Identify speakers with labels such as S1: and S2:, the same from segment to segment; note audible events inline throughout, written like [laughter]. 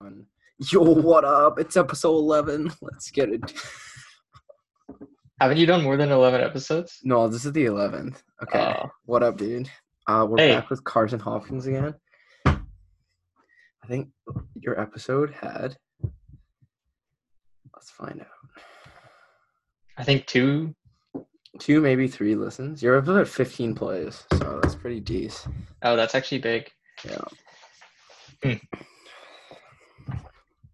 S1: [laughs] Yo, what up? It's episode 11. [laughs] Let's get it.
S2: Haven't you done more than 11 episodes?
S1: No, this is the 11th. Okay.
S2: Oh.
S1: What up, dude? Uh, we're
S2: Hey.
S1: back with Carson Hopkins again. I think your episode had. Let's find out.
S2: I think two.
S1: Two, maybe three listens. Your episode had 15 plays, so that's pretty decent.
S2: Oh, that's actually big.
S1: Yeah.
S2: Hmm.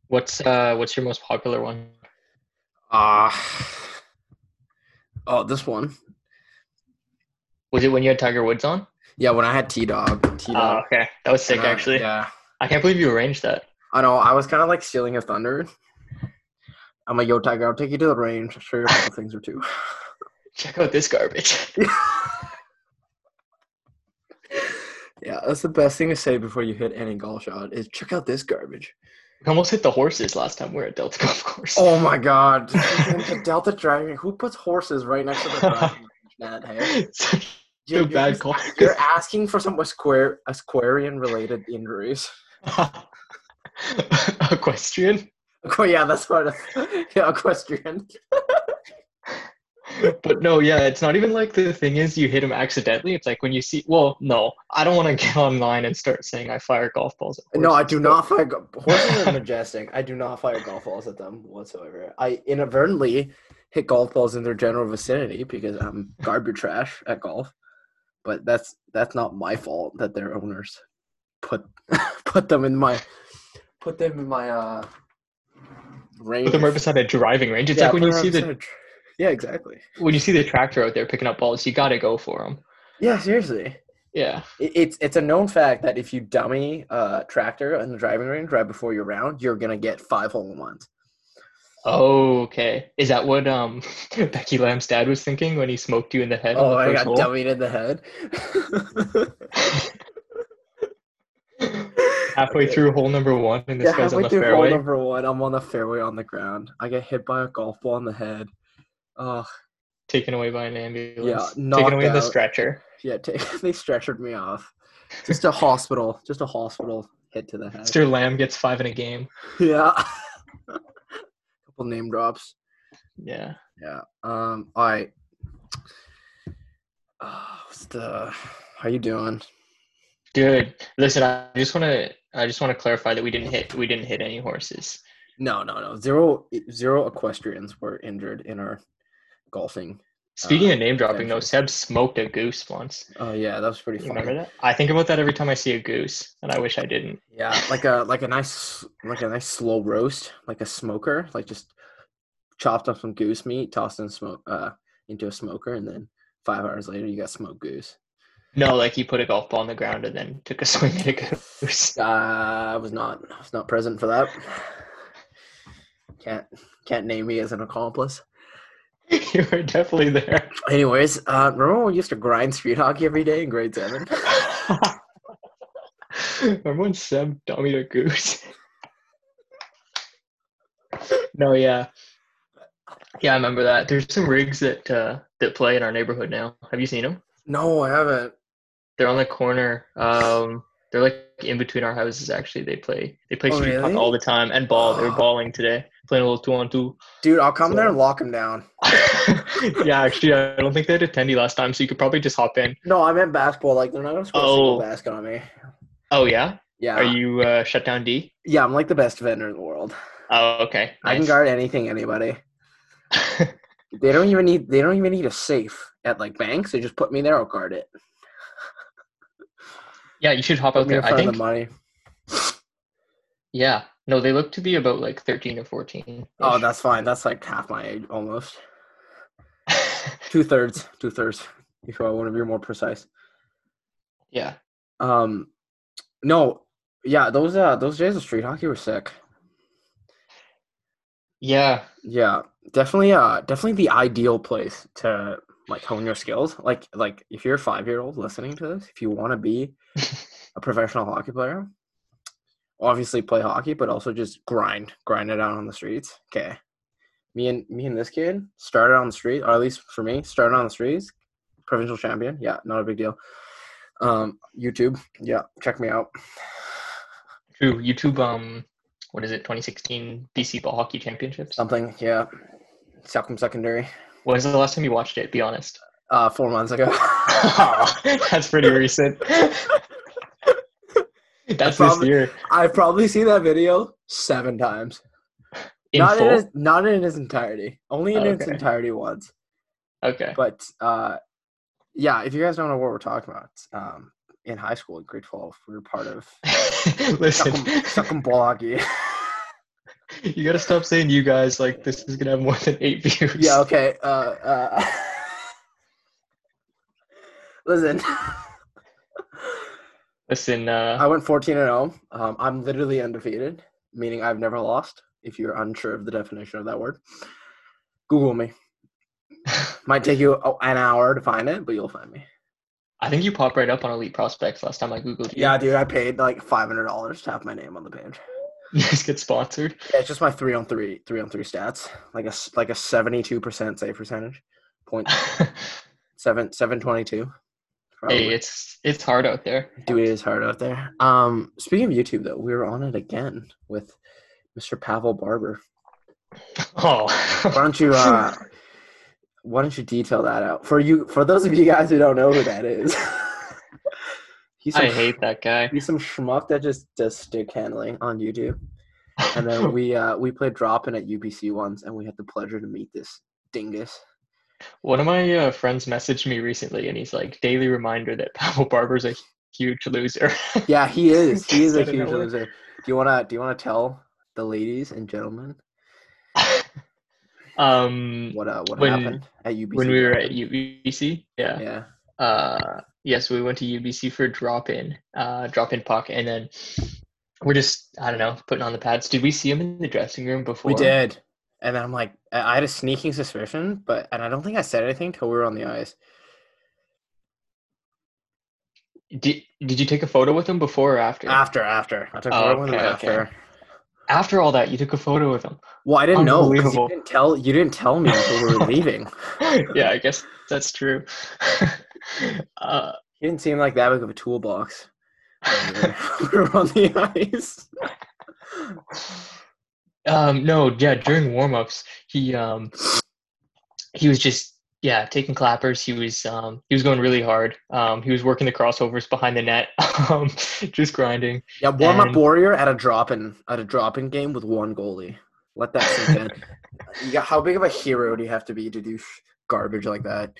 S2: What's uh what's your most popular one?
S1: Ah. oh, this one.
S2: Was it when you had Tiger Woods on?
S1: Yeah, when I had T Dog. T
S2: Oh,
S1: Dog.
S2: okay. That was sick actually.
S1: Yeah.
S2: I can't believe you arranged that.
S1: I know. I was kind of like stealing a thunder. I'm like, yo, Tiger, I'll take you to the range. I'll show you a couple things or two.
S2: Check out this garbage.
S1: [laughs]
S2: [laughs]
S1: yeah, that's the best thing to say before you hit any golf shot is check out this garbage.
S2: we almost hit the horses last time we were at Delta Golf Course.
S1: Oh my [laughs] god. the Delta Dragon. Who puts horses right next [laughs] to the driving range, Nat? Hey?
S2: [laughs] Such
S1: You're-
S2: a
S1: you're
S2: bad
S1: just-
S2: call.
S1: [laughs] You're asking for some Aquar- Aquarian related injuries.
S2: [laughs]
S1: [laughs]
S2: Equestrian.
S1: Oh, yeah, that's what. [laughs] Yeah, equestrian.
S2: But no, yeah, it's not even like the thing is you hit him accidentally. It's like when you see well, no, I don't want to get online and start saying I fire golf balls at
S1: No, I
S2: horses,
S1: do
S2: but-
S1: not fire go-
S2: [laughs]
S1: horses are majestic. I do not fire golf balls at them whatsoever. I inadvertently hit golf balls in their general vicinity because I'm garbage trash at golf. But that's that's not my fault that their owners put [laughs] put them in my put them in my uh range.
S2: Put them right beside a driving range. It's
S1: Yeah,
S2: like when
S1: put
S2: you
S1: them
S2: see
S1: right
S2: the
S1: beside a tr- yeah, exactly.
S2: when you see the tractor out there picking up balls, you gotta go for them.
S1: Yeah, seriously.
S2: Yeah,
S1: It- It's it's a known fact that if you dummy uh tractor in the driving range right before your round, you're gonna get five hole in ones.
S2: Okay. Is that what um [laughs] Becky Lamb's dad was thinking when he smoked you in the head? on
S1: Oh,
S2: the
S1: I
S2: first
S1: got
S2: hole?
S1: dummied in the head.
S2: [laughs] halfway
S1: Okay.
S2: through hole number one, and this
S1: Yeah,
S2: guy's
S1: halfway
S2: on the
S1: through hole
S2: fairway.
S1: number one, I'm on the fairway on the ground. I get hit by a golf ball in the head. Oh,
S2: Taken away by an ambulance.
S1: knocked
S2: taken away in the
S1: out.
S2: stretcher.
S1: yeah, t- [laughs] they stretchered me off. Just a hospital, just a hospital hit to the head.
S2: Mr. Lamb gets five in a game.
S1: [laughs] Yeah. [laughs] Couple name drops.
S2: Yeah.
S1: Yeah. Um. All right. Uh, what's the? How you doing?
S2: Good. Listen, I just wanna I just wanna clarify that we didn't hit we didn't hit any horses.
S1: No, no, no. Zero, zero equestrians were injured in our golfing.
S2: Speaking
S1: Uh,
S2: of name dropping though,
S1: potentially.
S2: Seb smoked a goose once.
S1: Oh yeah, that was pretty
S2: You
S1: funny.
S2: remember that? I think about that every time I see a goose, and I wish I didn't.
S1: Yeah, like a like a nice like a nice slow roast, like a smoker, like just chopped up some goose meat, tossed in smoke uh into a smoker, and then five hours later you got smoked goose.
S2: No, like he put a golf ball on the ground and then took a [laughs] swing at a goose. [laughs]
S1: Uh, I was not I was not present for that. Can't can't name me as an accomplice.
S2: you were definitely there. [laughs]
S1: Anyways, uh, remember when we used to grind street hockey every day in grade seven?
S2: Remember when Seb dummied a goose? [laughs] no, yeah. Yeah, I remember that. There's some rigs that uh, that play in our neighborhood now. Have you seen them?
S1: No, I haven't.
S2: They're on the corner. Um, they're like in between our houses. Actually, they play. They play
S1: Oh,
S2: street puck
S1: really?
S2: all the time and
S1: [gasps]
S2: ball. They were balling today, playing a little two on two.
S1: Dude, I'll come there and lock him down.
S2: [laughs] yeah, actually, I don't think they had attendee last time, so you could probably just hop in.
S1: No, I meant basketball. Like they're not gonna score a
S2: Oh.
S1: single basket on me.
S2: Oh yeah,
S1: Yeah.
S2: are you uh, shut down D?
S1: Yeah, I'm like the best vendor in the world.
S2: Oh okay,
S1: I can guard anything, anybody. They don't even need. They don't even need a safe at like banks. They just put me there. I'll guard it.
S2: [laughs] yeah, you should hop
S1: Put
S2: out
S1: me in
S2: there. I
S1: front of
S2: think.
S1: the money.
S2: Yeah, no, they look to be about like thirteen or fourteen.
S1: Oh, that's fine. That's like half my age, almost two thirds. Two thirds. If I want to be more precise.
S2: [laughs] yeah.
S1: Um, no, yeah, those uh those days of street hockey were sick.
S2: Yeah,
S1: Yeah, definitely. Uh, definitely the ideal place to like hone your skills. Like, like if you're a five year old listening to this, if you want to be a professional hockey player, obviously play hockey, but also just grind, grind it out on the streets. Okay, me and me and this kid started on the street, or at least for me, started on the streets. Provincial champion, yeah, not a big deal. Um, YouTube, yeah, check me out.
S2: true. YouTube um what is it, 2016 BC Ball Hockey Championships?
S1: Something, yeah. Salcombe Secondary.
S2: When's the last time you watched it? Be honest.
S1: Uh, four months ago.
S2: [laughs] Oh, That's pretty recent. That's this
S1: probably-
S2: year.
S1: I've probably seen that video seven times.
S2: In
S1: not
S2: full.
S1: in its, not in its entirety. Only in its
S2: Okay.
S1: entirety once.
S2: okay. [laughs]
S1: But uh, yeah, if you guys don't know what we're talking about, um, in high school in grade twelve, we were part of
S2: Listen, [laughs]
S1: [laughs] Suckum Ball Hockey.
S2: you gotta stop saying you guys like this is gonna have more than eight [laughs] views.
S1: yeah. Okay. Uh, uh, [laughs] listen,
S2: Listen, uh,
S1: I went fourteen and zero. Um, I'm literally undefeated, meaning I've never lost. If you're unsure of the definition of that word, Google me. Might take you oh, an hour to find it, but you'll find me.
S2: I think you popped right up on Elite Prospects last time I googled you.
S1: Yeah, dude, I paid like five hundred dollars to have my name on the page.
S2: [laughs] you guys get sponsored. [laughs]
S1: Yeah, it's just my three on three, three on three stats. Like a s- like a seventy two percent save percentage, point seven seven twenty two.
S2: hey, it's it's hard out there. [laughs]
S1: Dude, it is hard out there. Um, speaking of YouTube, though, we were on it again with Mr. Pavel Barber. Why
S2: Oh,
S1: don't you? Uh, why don't you detail that out for you? For those of you guys who don't know who that is, [laughs] he's some,
S2: I hate that
S1: [laughs]
S2: guy.
S1: he's some schmuck that just does stick handling on YouTube. And then we uh, we played drop in at UPC once, and we had the pleasure to meet this dingus.
S2: [laughs] One of my uh, friends messaged me recently, and he's like, "Daily reminder that Pavel Barber's a huge loser." [laughs]
S1: Yeah, he is. He is a
S2: Out of
S1: huge
S2: nowhere.
S1: loser. Do you wanna do you wanna tell the ladies and gentlemen
S2: um,
S1: what uh what
S2: When-
S1: happened at UBC?
S2: when we were at UBC, yeah.
S1: yeah,
S2: Uh, yes, we went to UBC for drop in, uh, drop in puck, and then we're just I don't know putting on the pads. Did we see him in the dressing room before?
S1: we did. And then I'm like, I I had a sneaking suspicion, but and I don't think I said anything till we were on the ice.
S2: Did Did you take a photo with him before or after?
S1: After, after I took
S2: Oh,
S1: photo with him
S2: okay,
S1: after.
S2: After all that, you took a photo with
S1: [laughs]
S2: him.
S1: Well, I didn't know because you
S2: Unbelievable.
S1: didn't tell you didn't tell me until
S2: [laughs]
S1: we were leaving.
S2: yeah, I guess that's true. [laughs] uh,
S1: He didn't seem like that big of a toolbox. when we were- [laughs] we were on the ice.
S2: um, no, yeah, during warm-ups, he um, he was just yeah taking clappers. He was um, he was going really hard. Um, he was working the crossovers behind the net, [laughs] um, just grinding.
S1: Yeah, warm up
S2: And-
S1: warrior at a drop in at a drop in game with one goalie. Let that sink in. you got, how big of a hero do you have to be to do sh- garbage like that?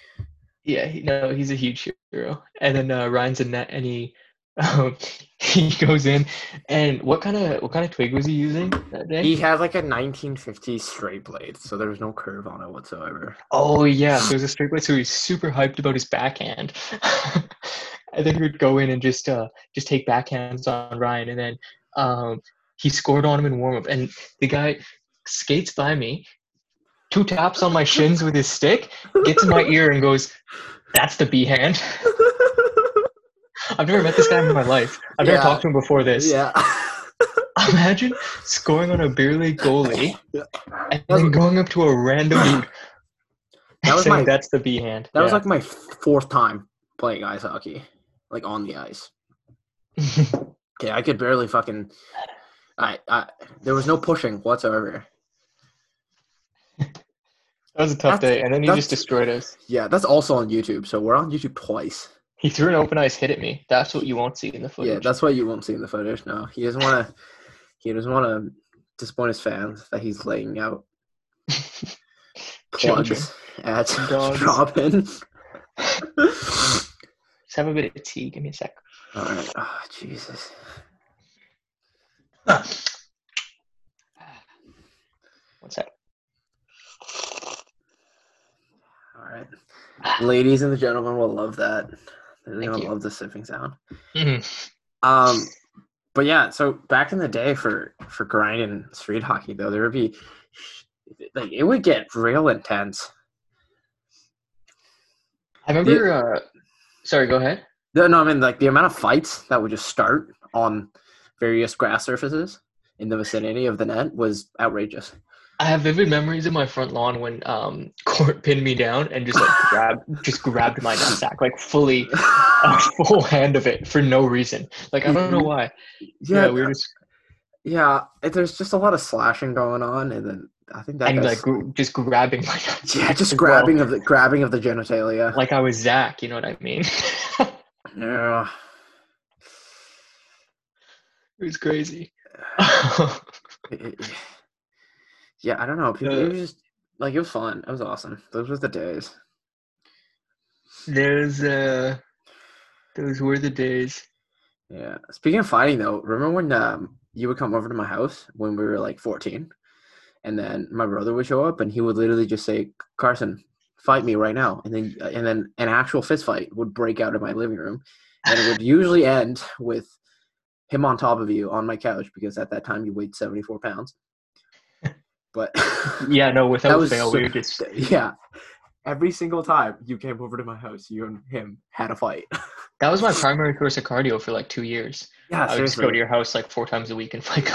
S2: Yeah, he, no, he's a huge hero. And then uh, Ryan's in net, and he [laughs] um, he goes in. And what kind of what kind of twig was he using that day?
S1: He had like a 1950 straight blade, so there was no curve on it whatsoever.
S2: Oh
S1: [sighs]
S2: yeah, so it was a straight blade. So he was super hyped about his backhand, [laughs] and then he would go in and just uh, just take backhands on Ryan, and then um, he scored on him in warm up, and the guy skates by me, two taps on my shins with his stick,
S1: [laughs]
S2: gets in my ear, and goes, "That's the B hand." [laughs] I've never met this guy in my life. I've
S1: Yeah.
S2: never talked to him before this.
S1: yeah.
S2: [laughs] Imagine scoring on a beer league goalie
S1: Yeah.
S2: and then going up to a random [laughs] dude
S1: [clears throat] That was
S2: saying
S1: my-
S2: that's the B hand.
S1: That was
S2: Yeah.
S1: like my fourth time playing ice hockey, like on the ice.
S2: [laughs]
S1: Okay, I could barely fucking. I, I there was no pushing whatsoever.
S2: That was a tough
S1: That's-
S2: day, and then he
S1: that's-
S2: just destroyed us.
S1: Yeah, that's also on YouTube. So we're on YouTube twice.
S2: He threw an open ice hit at me. That's what you won't see in the footage.
S1: Yeah, that's why you won't see in the footage. No, he doesn't want to. He doesn't want to disappoint his fans that he's laying out
S2: [laughs] Children.
S1: plugs at [laughs]
S2: Dogs.
S1: Robin.
S2: Just have a bit of tea. Give me a sec.
S1: All right. Oh, Jesus.
S2: One sec.
S1: All right. Ladies and the gentlemen will love that. They're
S2: Thank
S1: gonna
S2: you.
S1: love the sipping sound.
S2: Mhm.
S1: Um, but yeah, so back in the day for for grinding street hockey though, there would be like it would get real intense.
S2: I remember. Uh, sorry, go ahead.
S1: No, no, I mean like the amount of fights that would just start on various grass surfaces in the vicinity of the net was outrageous. [laughs]
S2: I have vivid memories in my front lawn when um, Court pinned me down and
S1: [laughs]
S2: just like grabbed, just grabbed my nutsack, like fully a full hand of it for no reason. Like I don't know why. Yeah,
S1: Mm-hmm. yeah,
S2: we were just
S1: Yeah, it- there's just a lot of slashing going on, and then I think that
S2: and
S1: guy's-
S2: like gr- just grabbing
S1: [laughs]
S2: like
S1: yeah, just
S2: as
S1: grabbing
S2: well.
S1: of the grabbing of the genitalia.
S2: like I was Zach. You know what I mean? [laughs] it
S1: yeah. [sighs]
S2: was crazy. [laughs]
S1: It- it- yeah, I don't know. People, it was just like it was fun. It was awesome. Those were the days.
S2: Those uh, those were the days.
S1: Yeah. Speaking of fighting, though, remember when um, you would come over to my house when we were like 14, and then my brother would show up and he would literally just say, "Carson, fight me right now," and then uh, and then an actual fist fight would break out in my living room, and it would usually end with him on top of you on my couch because at that time you weighed 74 pounds. But [laughs]
S2: Yeah, no,
S1: That
S2: without
S1: was
S2: fail,
S1: so-
S2: we were just
S1: [laughs] yeah, every single time you came over to my house, you and him had a fight. [laughs]
S2: that was my primary source of cardio for like two years.
S1: Yeah,
S2: I would just go to
S1: seriously.
S2: your house like four times a week and fight,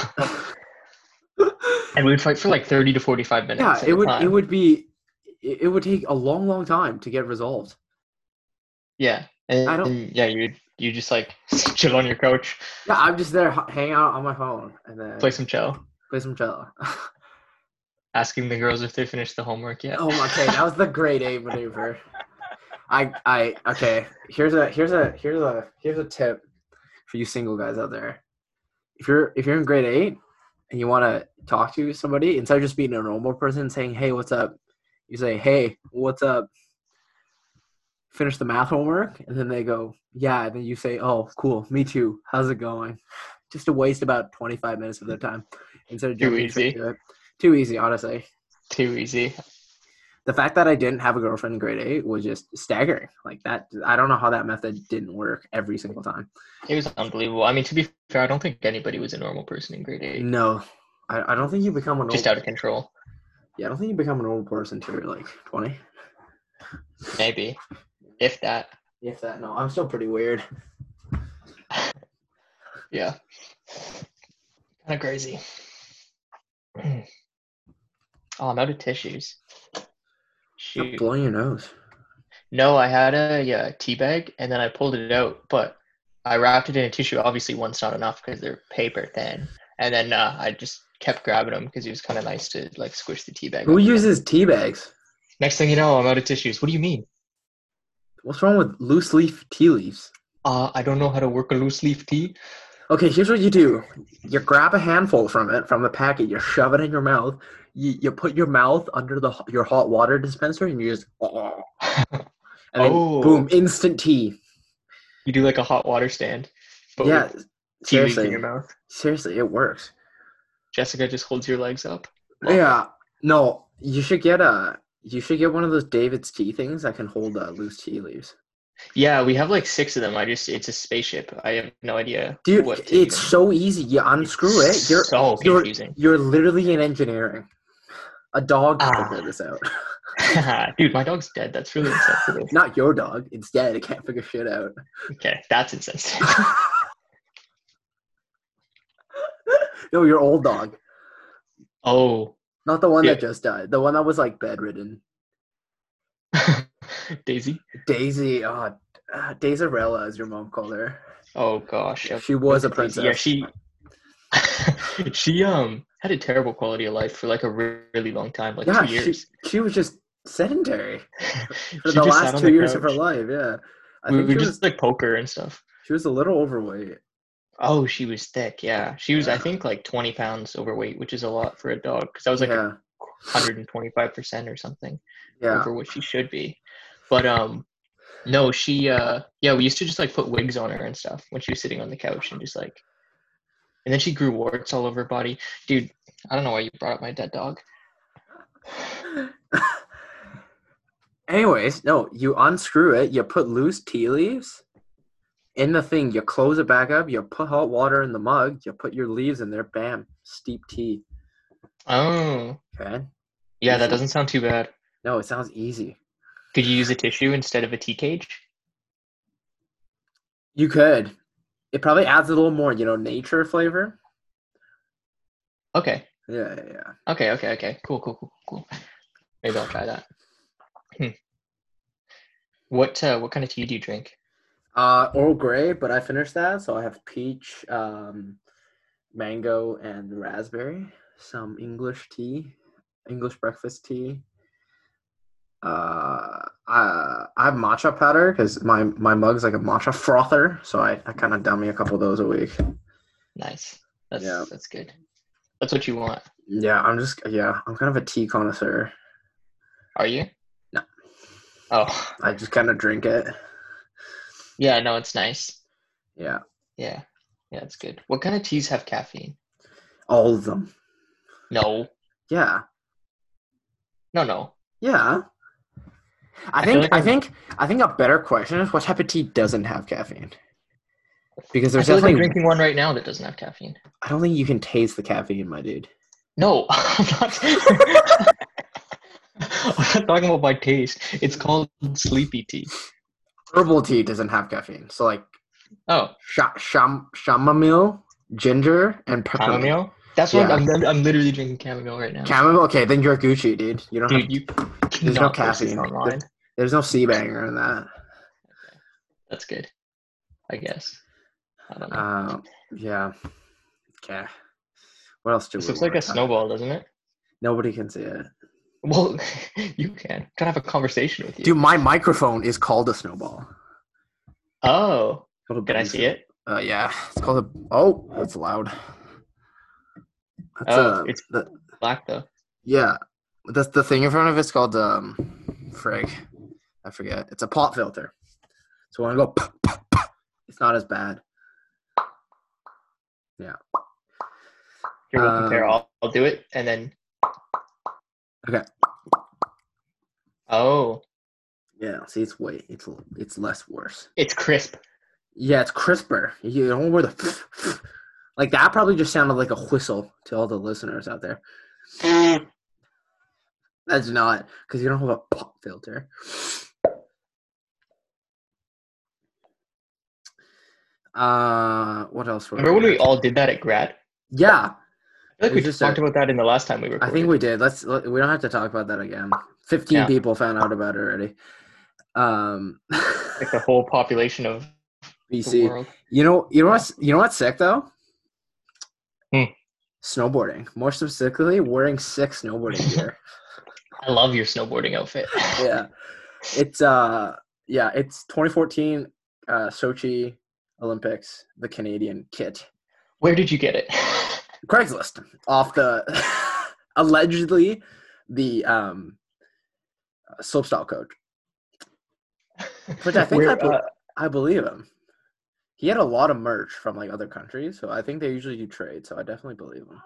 S1: [laughs]
S2: and we would fight for like thirty to forty-five minutes.
S1: Yeah,
S2: at
S1: it
S2: a
S1: would it
S2: time.
S1: would be it it would take a long, long time to get resolved.
S2: Yeah, and,
S1: I don't-
S2: and, yeah, you you just like [laughs] chill on your couch,
S1: Yeah, I'm just there h- hanging out on my phone and then
S2: play
S1: play,
S2: some cello,
S1: some cello. oh
S2: asking the girls if they finished the homework yet.
S1: my okay, that was the grade A maneuver. I I okay. Here's a here's a here's a here's a tip for you single guys out there. If you're if you're in grade eight and you want to talk to somebody, instead of just being a normal person saying "Hey, what's up," you say "Hey, what's up." Finish the math homework, and then they go, "Yeah," and then you say, "Oh, cool, me too. How's it going?" Just to waste about twenty five minutes of their time instead of
S2: Too
S1: jumping straight
S2: easy.
S1: to it. Too easy, honestly.
S2: Too easy.
S1: The fact that I didn't have a girlfriend in grade eight was just staggering. Like that, I don't know how that method didn't work every single time.
S2: It was unbelievable. I mean, to be fair, I don't think anybody was a normal person in grade eight.
S1: No, I, I don't think you become an
S2: Just
S1: old,
S2: out of control,
S1: yeah. I don't think you become an old person till you're like twenty.
S2: maybe, if that.
S1: If that, no, I'm still pretty weird.
S2: Yeah. Kind of crazy. [clears throat] oh, I'm out of tissues.
S1: Stop
S2: Shoot.
S1: blowing your nose.
S2: No, I had a yeah, tea bag and then I pulled it out, but I wrapped it in a tissue. Obviously, one's not enough because they're paper thin. And then uh, I just kept grabbing them because it was kind of nice to like squish the tea bag.
S1: Who
S2: up.
S1: uses tea bags?
S2: Next thing you know, I'm out of tissues. What do you mean?
S1: What's wrong with loose leaf tea leaves?
S2: Uh, I don't know how to work a loose leaf tea.
S1: Okay, here's what you do: you grab a handful from it from the packet, you shove it in your mouth, you, you put your mouth under the h- your hot water dispenser, and you just [laughs] and then
S2: Oh.
S1: boom, instant tea.
S2: You do like a hot water stand, but
S1: yeah,
S2: with tea leaves in
S1: seriously,
S2: your mouth.
S1: seriously, it works.
S2: Jessica just holds your legs up.
S1: Yeah. No, you should get a. You should get one of those David's tea things that can hold uh, loose tea leaves.
S2: Yeah, we have like six of them. I just it's a spaceship. I have no idea
S1: Dude,
S2: what to
S1: it's
S2: even-
S1: so easy. You unscrew it. You're
S2: so [laughs]
S1: you're-
S2: confusing.
S1: you're literally in engineering. A dog can
S2: Ah.
S1: figure this out.
S2: Dude, my dog's dead. That's
S1: [laughs]
S2: really insensitive.
S1: Not your dog. It's dead. It can't figure shit
S2: [laughs]
S1: out.
S2: okay, that's insensitive.
S1: no, your old dog.
S2: Oh, [laughs]
S1: Not the one that
S2: Yeah.
S1: just died. The one that was like bedridden.
S2: Daisy.
S1: Daisy. Uh, uh, Daisarella, as your mom called her.
S2: Oh gosh, yeah.
S1: She was a princess.
S2: Daisy. Yeah, she. [laughs] she um had a terrible quality of life for like a re- really long time, like
S1: yeah, [laughs]
S2: two years.
S1: She, she was just sedentary
S2: She,
S1: for the
S2: just sat
S1: last
S2: on
S1: two
S2: the
S1: years of her
S2: couch.
S1: life. Yeah, I
S2: We
S1: think
S2: we
S1: she was
S2: just like poker and stuff.
S1: she was a little overweight.
S2: Oh, she was thick. Yeah, she was. I
S1: Yeah.
S2: think like twenty pounds overweight, which is a lot for a dog. Because I was like a
S1: yeah,
S2: 125% or something
S1: yeah,
S2: over what she should be. But um no, she uh yeah, we used to just like put wigs on her and stuff when she was sitting on the couch and just like and then she grew warts all over her body. Dude, I don't know why you brought up my dead dog.
S1: Anyways, no, you unscrew it. You put loose tea leaves in the thing. You close it back up. You put hot water in the mug. You put your leaves in there. Bam, steep tea.
S2: Oh.
S1: Okay.
S2: Yeah, that doesn't sound too bad.
S1: No, it sounds easy.
S2: Could you use a tissue instead of a tea cage?
S1: You could. It probably adds a little more, you know, nature flavor.
S2: Okay.
S1: Yeah, yeah, yeah.
S2: Okay, okay, okay. Cool, cool, cool, cool. Maybe I'll try that. Hmm. What uh, what kind of tea do you drink?
S1: Uh, Earl Grey, but I finished that, so I have peach, um, mango and raspberry, some English tea, English breakfast tea. Uh, I, I have matcha powder because my, my mug's like a matcha frother, so I, I kind of dummy a couple of those a week.
S2: Nice. That's
S1: Yeah.
S2: that's good. That's what you want.
S1: Yeah, I'm just yeah, I'm kind of a tea connoisseur.
S2: Are you?
S1: No.
S2: Oh, [laughs]
S1: I just kind of drink it.
S2: yeah. No, it's nice.
S1: Yeah,
S2: Yeah, yeah, it's good. What kind of teas have caffeine?
S1: all of them.
S2: No,
S1: Yeah,
S2: no, no.
S1: yeah. I
S2: I feel
S1: think
S2: like
S1: I
S2: I'm-
S1: think I think a better question is what type of tea doesn't have caffeine? Because
S2: I
S1: there's
S2: feel like I'm
S1: definitely
S2: drinking one right now that doesn't have caffeine.
S1: I don't think you can taste the caffeine, my dude.
S2: No, [laughs] I'm not. I'm not talking about my taste. It's called sleepy tea.
S1: Herbal tea doesn't have caffeine, so like
S2: Oh,
S1: sha- sham- chamomile, ginger, and peppermint.
S2: chamomile. That's what
S1: Yeah.
S2: I'm, I'm. I'm literally drinking chamomile right now.
S1: Chamomile. Okay, then you're Gucci, dude. You don't have
S2: Dude, you
S1: no
S2: cannot post this
S1: caffeine.
S2: online.
S1: There's no sea banger in that.
S2: That's good. I guess. I don't know.
S1: Uh, yeah. Okay. What else do
S2: this
S1: we?
S2: looks like
S1: wanna
S2: a
S1: talk-
S2: snowball, doesn't it?
S1: Nobody can see it.
S2: Well, [laughs] you can. Can I have a conversation with you?
S1: Dude, my microphone is called a snowball.
S2: oh, can I see it?
S1: Uh, yeah, it's called a. Oh, that's loud. That's,
S2: Oh,
S1: uh,
S2: it's-
S1: the,
S2: Black though.
S1: yeah. That's the thing in front of it's called um, frig. I forget. It's a pop filter. So when I go, pop, pop, pop, it's not as bad.
S2: Here we'll compare.
S1: Um,
S2: I'll, I'll do it and then.
S1: Okay.
S2: Oh,
S1: Yeah. See, it's way. It's it's less worse.
S2: it's crisp.
S1: Yeah, it's crisper. You don't wear the [laughs] like that. Probably just sounded like a whistle to all the listeners out there. That's not because you don't have a pop filter. Uh, what else? Were
S2: Remember when we
S1: at?
S2: all did that at grad?
S1: Yeah,
S2: I feel like
S1: We
S2: we,
S1: just
S2: just
S1: said-
S2: talked about that in the last time we recorded.
S1: I think we did. Let's. Let, we don't have to talk about that again. Fifteen
S2: Yeah.
S1: people found out about it already. Um, [laughs]
S2: like the whole population of the
S1: BC.
S2: world.
S1: You know, you know what's you know what's sick though?
S2: Hmm.
S1: Snowboarding. More specifically, wearing sick
S2: [laughs]
S1: snowboarding gear.
S2: I love your snowboarding outfit.
S1: yeah. It's uh yeah, it's 2014 uh Sochi Olympics, the Canadian kit.
S2: [laughs] Where did you get it?
S1: Craigslist off the [laughs] allegedly the um slopestyle coach.
S2: [laughs]
S1: Which I think I,
S2: Where,
S1: be-
S2: uh,
S1: I believe him. He had a lot of merch from like other countries, so I think they usually do trade, so I definitely believe him.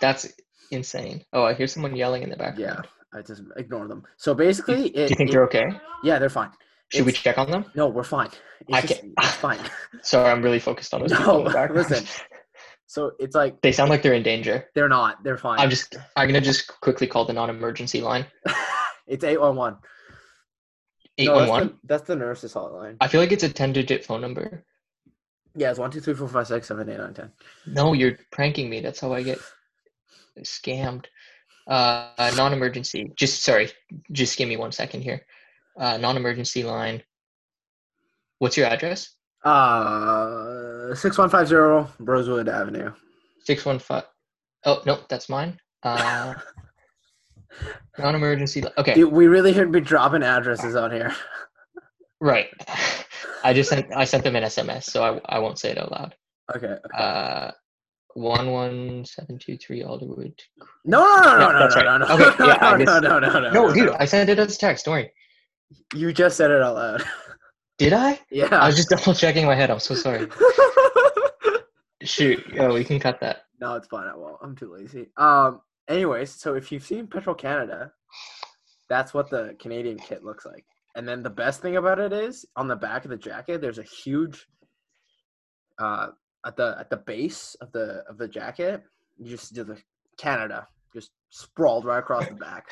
S2: that's insane. Oh, I hear someone yelling in the background.
S1: Yeah, I just ignore them. So basically, it,
S2: Do you think
S1: it-
S2: they're okay?
S1: yeah, they're fine.
S2: Should we
S1: It's-
S2: check on them?
S1: No, we're fine. It's,
S2: I
S1: just,
S2: can't-
S1: it's
S2: [laughs]
S1: fine. [laughs]
S2: Sorry, I'm really focused on those people
S1: No,
S2: in the background. [laughs]
S1: listen. So it's like
S2: They sound like they're in danger.
S1: they're not. They're fine.
S2: I'm just I'm gonna just quickly call the non-emergency line.
S1: [laughs] it's eight one one.
S2: Eight one one.
S1: That's the nurse's hotline.
S2: I feel like it's a ten digit phone number.
S1: Yeah, it's one two three four five six seven eight nine ten.
S2: No, you're pranking me. That's how I get scammed. Uh, uh, non-emergency. Just sorry. Just give me one second here. Uh, non-emergency line. What's your address?
S1: Uh, six one five zero Rosewood Avenue.
S2: Six one five. Oh no, that's mine. Uh, non-emergency. li- Okay.
S1: Dude, we really should be dropping addresses on here.
S2: Right. [laughs] I just sent I sent them an SMS, so I I won't say it out loud.
S1: Okay.
S2: Uh, one one seven two three Alderwood.
S1: No, no, no,
S2: No,
S1: no,
S2: that's
S1: no, no,
S2: right.
S1: no,
S2: Okay,
S1: no,
S2: yeah, I
S1: no,
S2: just-
S1: no, no, no,
S2: No, dude, I sent it as a text. Don't worry.
S1: You just said it out loud. [laughs]
S2: Did I? I
S1: Yeah.
S2: was just double checking my head. I'm so sorry. Shoot. Oh, we can cut that.
S1: [laughs] No, it's fine. I won't. I'm too lazy. Um. Anyways, so if you've seen Petro Canada, that's what the Canadian kit looks like. And then the best thing about it is on the back of the jacket, there's a huge. Uh, at the at the base of the of the jacket, you just do the Canada just sprawled right across the back.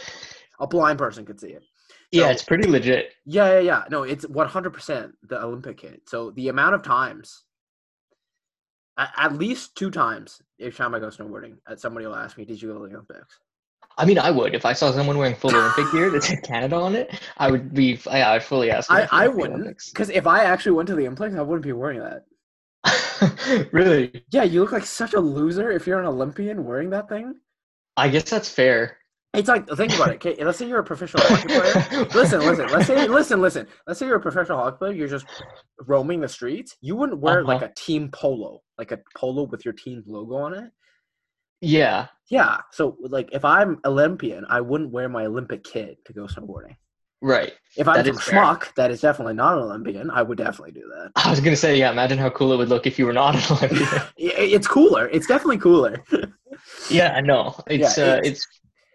S1: A blind person could see it.
S2: Yeah,
S1: So-
S2: it's pretty legit.
S1: Yeah, yeah, yeah. No, it's 100% the Olympic hit. So the amount of times, at, at least two times each time I go snowboarding, uh, somebody will ask me, Did you go to the Olympics?
S2: I mean, I would if I saw someone wearing full Olympic gear that said Canada on it. I would be. Yeah, I'd fully ask. them
S1: I-
S2: if they
S1: I
S2: went to the
S1: wouldn't.
S2: Olympics. [laughs]
S1: Because if I actually went to the Olympics, I wouldn't be wearing that.
S2: really?
S1: Yeah, you look like such a loser if you're an Olympian wearing that thing.
S2: I guess that's fair.
S1: It's like think about it. Okay, let's say you're a professional hockey player. [laughs] Listen, listen. Let's say listen, listen. Let's say you're a professional hockey player. You're just roaming the streets. You wouldn't wear like
S2: Uh-huh.
S1: a team polo, like a polo with your team's logo on it.
S2: Yeah.
S1: Yeah. So like, if I'm Olympian, I wouldn't wear my Olympic kid to go snowboarding.
S2: Right.
S1: If I'm
S2: That
S1: from
S2: is fair.
S1: schmuck, that is definitely not an Olympian. I would definitely do that.
S2: I was gonna say, yeah. Imagine how cool it would look if you were not an Olympian.
S1: I- It's cooler. It's definitely cooler.
S2: yeah, I know. It's
S1: Yeah,
S2: uh,
S1: it's-
S2: it's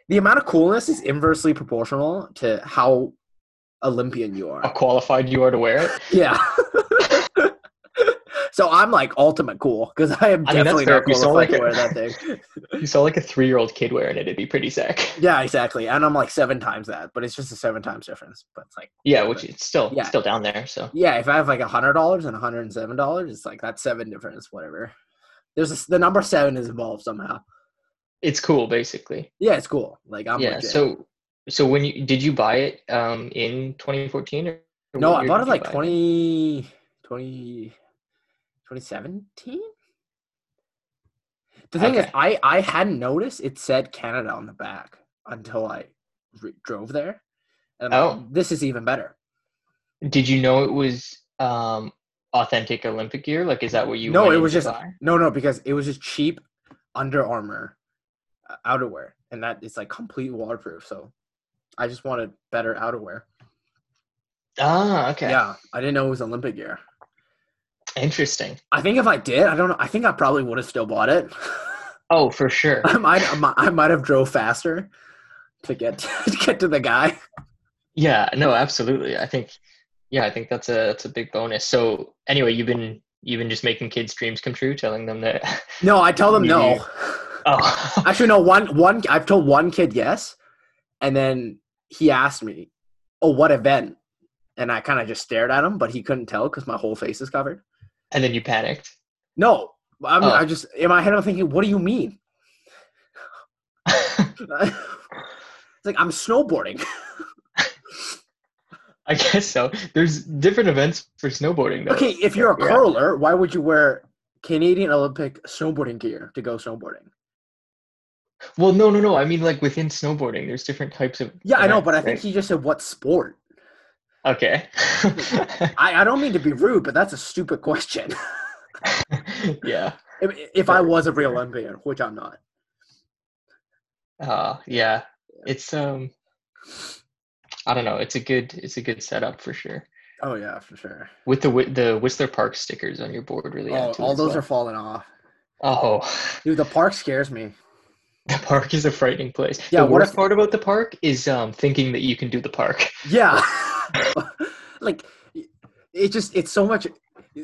S1: The amount of coolness is inversely proportional to how Olympian you
S2: how
S1: are.
S2: qualified you are to wear it.
S1: Yeah. [laughs] so I'm like ultimate cool because I am
S2: I mean, that's
S1: definitely
S2: fair.
S1: not
S2: If you
S1: cool
S2: saw,
S1: enough
S2: like,
S1: to
S2: a-
S1: wear that thing.
S2: You saw like a three-year-old kid wearing it, it'd be pretty sick. [laughs]
S1: Yeah, exactly. And I'm like seven times that, but it's just a seven times difference. But it's like,
S2: Yeah, which it's still
S1: Yeah.
S2: still down there. So
S1: yeah, if I have like a hundred dollars and a hundred and seven dollars, it's like that's seven difference, whatever. There's a s the number seven is involved somehow.
S2: it's cool, basally.
S1: Yeah, it's cool. Like I'm
S2: yeah.
S1: legit.
S2: So so when you did you buy it um in 2014 or or
S1: no,
S2: what
S1: I
S2: year
S1: bought
S2: did
S1: it
S2: you
S1: like
S2: buy
S1: 20, 20, 2017? The thing is,
S2: Okay.
S1: I, I hadn't noticed it said Canada on the back until I re- drove there. And I'm like,
S2: Oh.
S1: this is even better.
S2: Did you know it was um authentic Olympic gear? Like, is that what you?
S1: No,
S2: went
S1: it
S2: in
S1: was
S2: to
S1: just-
S2: buy?
S1: No, no, because it was just cheap Under Armour uh, outerwear, and that it's like complete waterproof. So I just wanted better outerwear.
S2: Ah, okay.
S1: Yeah, I didn't know it was Olympic gear.
S2: Interesting.
S1: I think if I did, I don't know. I think I probably would have still bought it. [laughs]
S2: Oh, for sure.
S1: I might, I might, I might have drove faster to get [laughs] to get to the guy.
S2: Yeah, no, absolutely. I think yeah, I think that's a that's a big bonus. So anyway, you've been you've been just making kids' dreams come true, telling them that [laughs]
S1: No, I tell them no. [laughs]
S2: oh [laughs]
S1: Actually, no. One, one. I've told one kid yes, and then he asked me, "Oh, what event?" And I kind of just stared at him, but he couldn't tell because my whole face is covered.
S2: and then you panicked. [laughs]
S1: No, I'm,
S2: Oh.
S1: I just in my head I'm thinking, what do you mean? [laughs] it's like I'm snowboarding.
S2: [laughs] I guess so. There's different events for snowboarding though.
S1: Okay, if you're a
S2: Yeah.
S1: curler, why would you wear Canadian Olympic snowboarding gear to go snowboarding?
S2: Well, no, no, no. I mean like within snowboarding, there's different types of
S1: Yeah, I know, but I think
S2: events,
S1: he just said what sport.
S2: right? Okay.
S1: I, I don't mean to be rude, but that's a stupid question. [laughs]
S2: [laughs] yeah.
S1: if if I was a real Olympian, which I'm not.
S2: Uh yeah. It's um I don't know. It's a good it's a good setup for sure.
S1: Oh yeah, for sure.
S2: With the Whi- the Whistler Park stickers on your board, really.
S1: Oh,
S2: add to it
S1: all
S2: as
S1: those
S2: well.
S1: are falling off.
S2: [laughs] Oh,
S1: Dude, the park scares me.
S2: the park is a frightening place.
S1: Yeah,
S2: the
S1: what
S2: worst
S1: if-
S2: part about the park is um, thinking that you can do the park. [laughs]
S1: Yeah. [laughs] like it just it's so much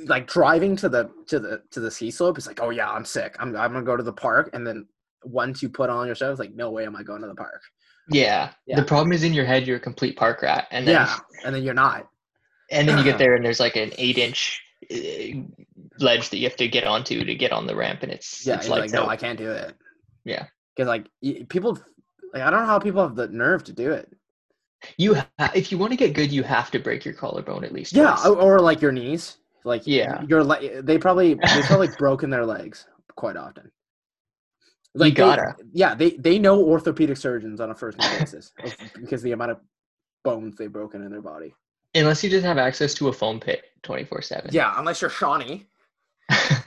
S1: like driving to the to the to the ski slope, it's like, oh yeah, I'm sick. I'm I'm gonna go to the park and then once you put on your stuff, it's like, no way am I going to the park.
S2: Yeah.
S1: Yeah.
S2: The problem is in your head, you're a complete park rat, and then
S1: Yeah. And then you're not.
S2: and then you get there, and there's like an eight inch ledge that you have to get onto to get on the ramp, and it's
S1: Yeah.
S2: it's
S1: you're like,
S2: lights
S1: no,
S2: out.
S1: I can't do it.
S2: Yeah.
S1: Because like y- people like I don't know how people have the nerve to do it.
S2: You ha- if you want to get good, you have to break your collarbone at least.
S1: Yeah,
S2: twice.
S1: or, or like your knees. Like
S2: Yeah.
S1: your le- they
S2: [laughs]
S1: probably they probably broken their legs quite often.
S2: You
S1: they-
S2: gotta.
S1: yeah, they they know orthopedic surgeons on a first name basis of- because the amount of bones they've broken in their body.
S2: unless you just have access to a foam pit twenty four seven.
S1: Yeah, unless you're Shawnee
S2: I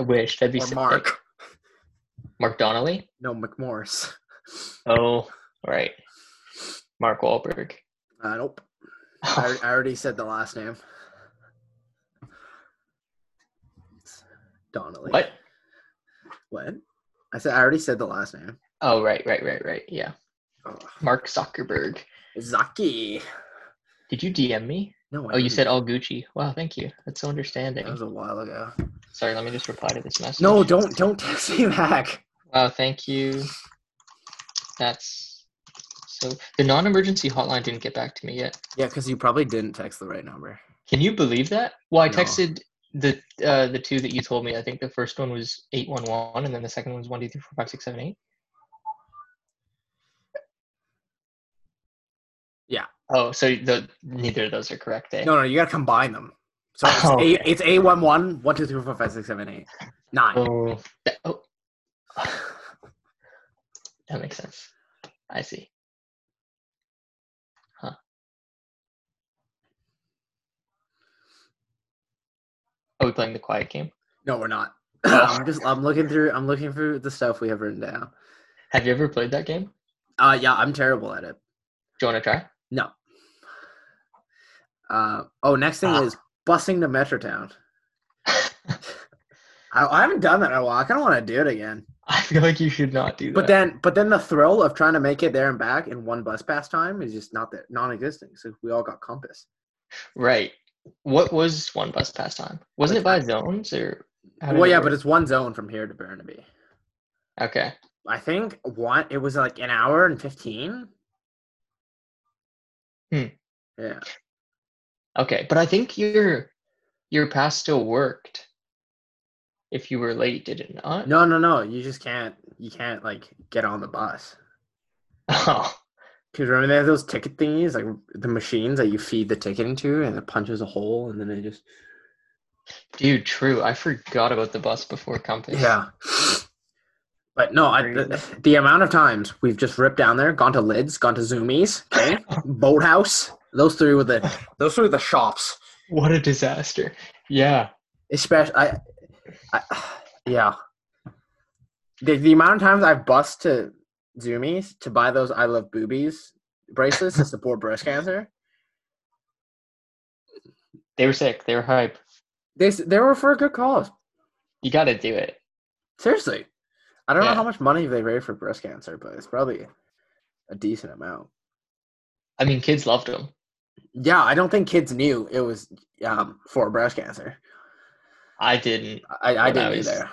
S2: wish that'd be
S1: or
S2: sick.
S1: Mark.
S2: Mark Donnelly.
S1: No, McMorris.
S2: Oh, right. Mark Wahlberg. [laughs]
S1: Uh, nope. I, alre- I already said the last name. Donnelly.
S2: What?
S1: What? I said I already said the last name.
S2: Oh, right, right, right, right. Yeah.
S1: Oh,
S2: Mark Zuckerberg.
S1: Zaki.
S2: Did you DM me?
S1: No. I
S2: Oh, you
S1: didn't.
S2: said all Gucci. Wow, thank you. That's so understanding.
S1: that was a while ago.
S2: Sorry, let me just reply to this message.
S1: No, don't don't text me back.
S2: Wow, thank you. That's so. The non emergency hotline didn't get back to me yet.
S1: Yeah, because you probably didn't text the right number.
S2: Can you believe that? Well, I
S1: No.
S2: texted the uh, the two that you told me. I think the first one was 811, and then the second one was 1234567.
S1: Yeah.
S2: Oh, so the, neither of those are correct, eh?
S1: No, no, you gotta combine them. [laughs] So it's,
S2: Oh,
S1: a, it's a one one one two three four five six seven eight nine.
S2: Oh, that, oh, that makes sense. I see. Huh. Are we Oh, playing the quiet game?
S1: No, we're not. [clears throat]
S2: Oh.
S1: I'm just I'm looking through I'm looking through the stuff we have written down.
S2: Have you ever played that game?
S1: Uh, yeah, I'm terrible at it.
S2: Do you want to try? [laughs]
S1: No. Uh, oh, next thing
S2: Ah.
S1: is busing to Metrotown. [laughs] I, I haven't done that in a while. I kind of want to do it again.
S2: I feel like you should not do that.
S1: But then, but then the thrill of trying to make it there and back in one bus pass time is just not that non-existent. So we all got compass.
S2: right. What was one bus pass time? Wasn't it by zones or? how did
S1: well,
S2: it
S1: yeah, but
S2: work?
S1: it's one zone from here to Burnaby.
S2: okay.
S1: I think one. It was like an hour and fifteen.
S2: Hmm.
S1: Yeah.
S2: Okay, but I think your your pass still worked. If you were late, did it not?
S1: No, no, no. You just can't. You can't like get on the bus.
S2: [laughs] Oh,
S1: Cause remember they have those ticket thingies, like the machines that you feed the ticket into, and it punches a hole, and then it just
S2: dude, true. I forgot about the bus before compass.
S1: yeah. But no, I, the, the amount of times we've just ripped down there, gone to lids, gone to zoomies, okay, boathouse. Those three were the those three were the shops.
S2: What a disaster. Yeah.
S1: Especially, I, I yeah. The, the amount of times I've bust to zoomies to buy those "I love boobies" bracelets to support breast cancer.
S2: They were sick. They were hype.
S1: They s- they were for a good cause.
S2: You gotta do it.
S1: Seriously. I don't know
S2: Yeah.
S1: how much money they raised for breast cancer, but it's probably a decent amount.
S2: I mean kids loved them.
S1: Yeah, I don't think kids knew it was um, for breast cancer.
S2: I didn't.
S1: I, I
S2: When I
S1: didn't
S2: was
S1: either. [laughs]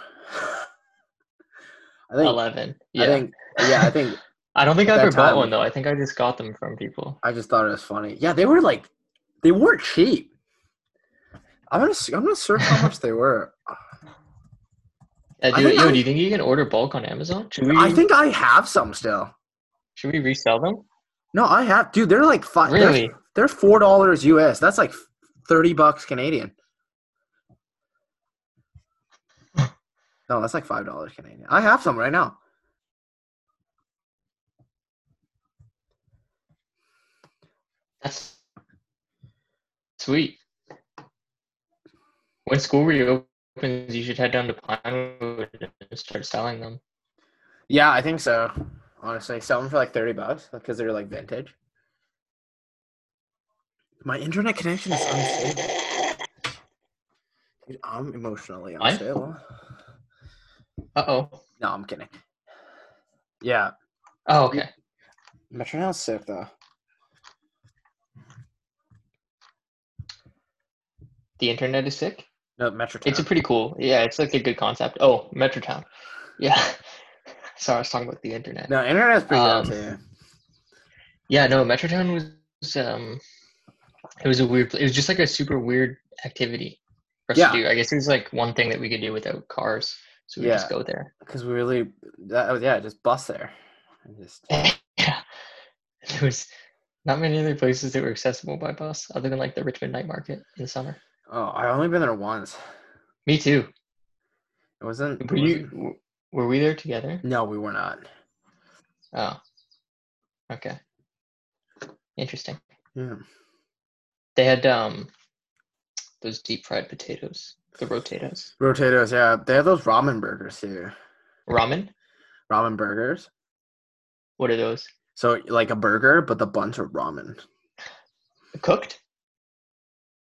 S1: I think,
S2: Eleven. Yeah.
S1: I think, yeah, I think
S2: I don't think I
S1: at that
S2: ever bought
S1: time-
S2: one though. I think I just got them from people.
S1: I just thought it was funny. Yeah, they were like, they weren't cheap. I'm gonna, s- I'm gonna search how much they
S2: [laughs]
S1: were.
S2: Yeah,
S1: I
S2: dude,
S1: think
S2: yo,
S1: I-
S2: Uh, do you think you can order bulk on Amazon? Should we
S1: I think I have some still.
S2: should we resell them?
S1: No, I have, dude. They're like five. they're-
S2: Really?
S1: They're, four dollars US. That's like thirty bucks
S2: [laughs]
S1: Canadian. No, that's like five dollars Canadian. I have some right now.
S2: That's sweet. When school reopens, you should head down to Pinewood and start selling them.
S1: Yeah, I think so. Honestly, sell them for like thirty bucks because they're like vintage. My internet connection is unstable. Dude, I'm emotionally
S2: Mine?
S1: unstable.
S2: Uh oh.
S1: No, I'm kidding. Yeah,
S2: Oh, okay.
S1: Metronel's sick though.
S2: The internet is sick.
S1: No, Metro.
S2: It's a pretty cool. Yeah, it's like a good concept. Oh, Metrotown. Yeah. [laughs] Sorry, I was talking about the internet.
S1: no, internet's pretty
S2: Um,
S1: good too.
S2: Yeah, no, Metrotown was um, it was a weird. pla- It was just like a super weird activity for us
S1: Yeah.
S2: to do. I guess it was like one thing that we could do without cars, so we would just
S1: Yeah.
S2: go there. [laughs]
S1: because we really that was yeah just bust there and just
S2: Yeah, there was not many other places that were accessible by bus other than like the Richmond night market in the summer.
S1: oh i've only been there once
S2: Me too.
S1: it wasn't, it
S2: Were
S1: wasn't-
S2: you? Were we there together?
S1: no we were not
S2: Oh, okay. Interesting.
S1: yeah
S2: They had um those deep fried potatoes, the rotatos,
S1: rotatos yeah they have those ramen burgers too
S2: ramen.
S1: ramen burgers
S2: What are those?
S1: so like a burger but the buns are ramen
S2: Cooked?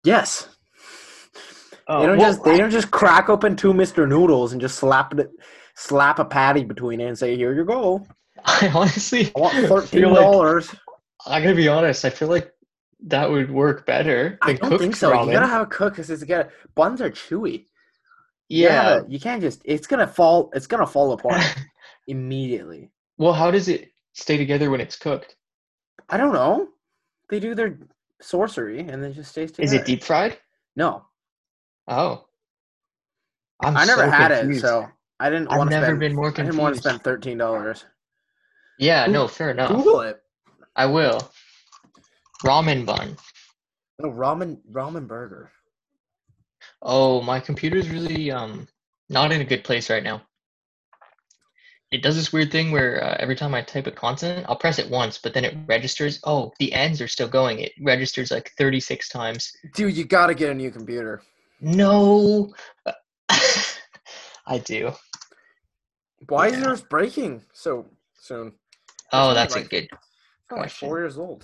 S1: yes
S2: Oh,
S1: they don't
S2: well,
S1: just they don't just crack open two mr noodles and just slap it slap a patty between it and say here you go
S2: [laughs] I honestly
S1: i want
S2: [laughs] feel
S1: thirteen
S2: like
S1: dollars
S2: I'm gonna be honest. I feel like that would work better.
S1: i
S2: than
S1: don't think
S2: cooked
S1: so
S2: ramen.
S1: you gotta have a cook because it's got buns are chewy
S2: yeah,
S1: you can't just. It's gonna fall. It's gonna fall
S2: [laughs]
S1: apart immediately.
S2: Well, how does it stay together when it's cooked?
S1: I don't know. They do their sorcery and then just stays
S2: Is
S1: together.
S2: it deep fried?
S1: No,
S2: Oh, I'm
S1: i never
S2: so
S1: had
S2: confused.
S1: it, so I didn't
S2: I've
S1: want to
S2: never
S1: spend.
S2: been more
S1: I
S2: confused. Oh.
S1: didn't want to spend thirteen dollars.
S2: Yeah,
S1: Goo-
S2: no, fair enough.
S1: Google it.
S2: I will. Ramen bun.
S1: No ramen. Ramen Oh, burger.
S2: Oh, my computer's really um not in a good place right now. It does this weird thing where uh, every time I type a consonant, I'll press it once, but then it registers. Oh, the ends are still going. It registers like 36 times.
S1: Dude, you gotta get a new computer.
S2: No, [laughs] I do.
S1: Why is
S2: Yeah.
S1: yours breaking so soon?
S2: Oh,
S1: It's
S2: that's a
S1: like-
S2: good.
S1: It's not like
S2: Question.
S1: four years old.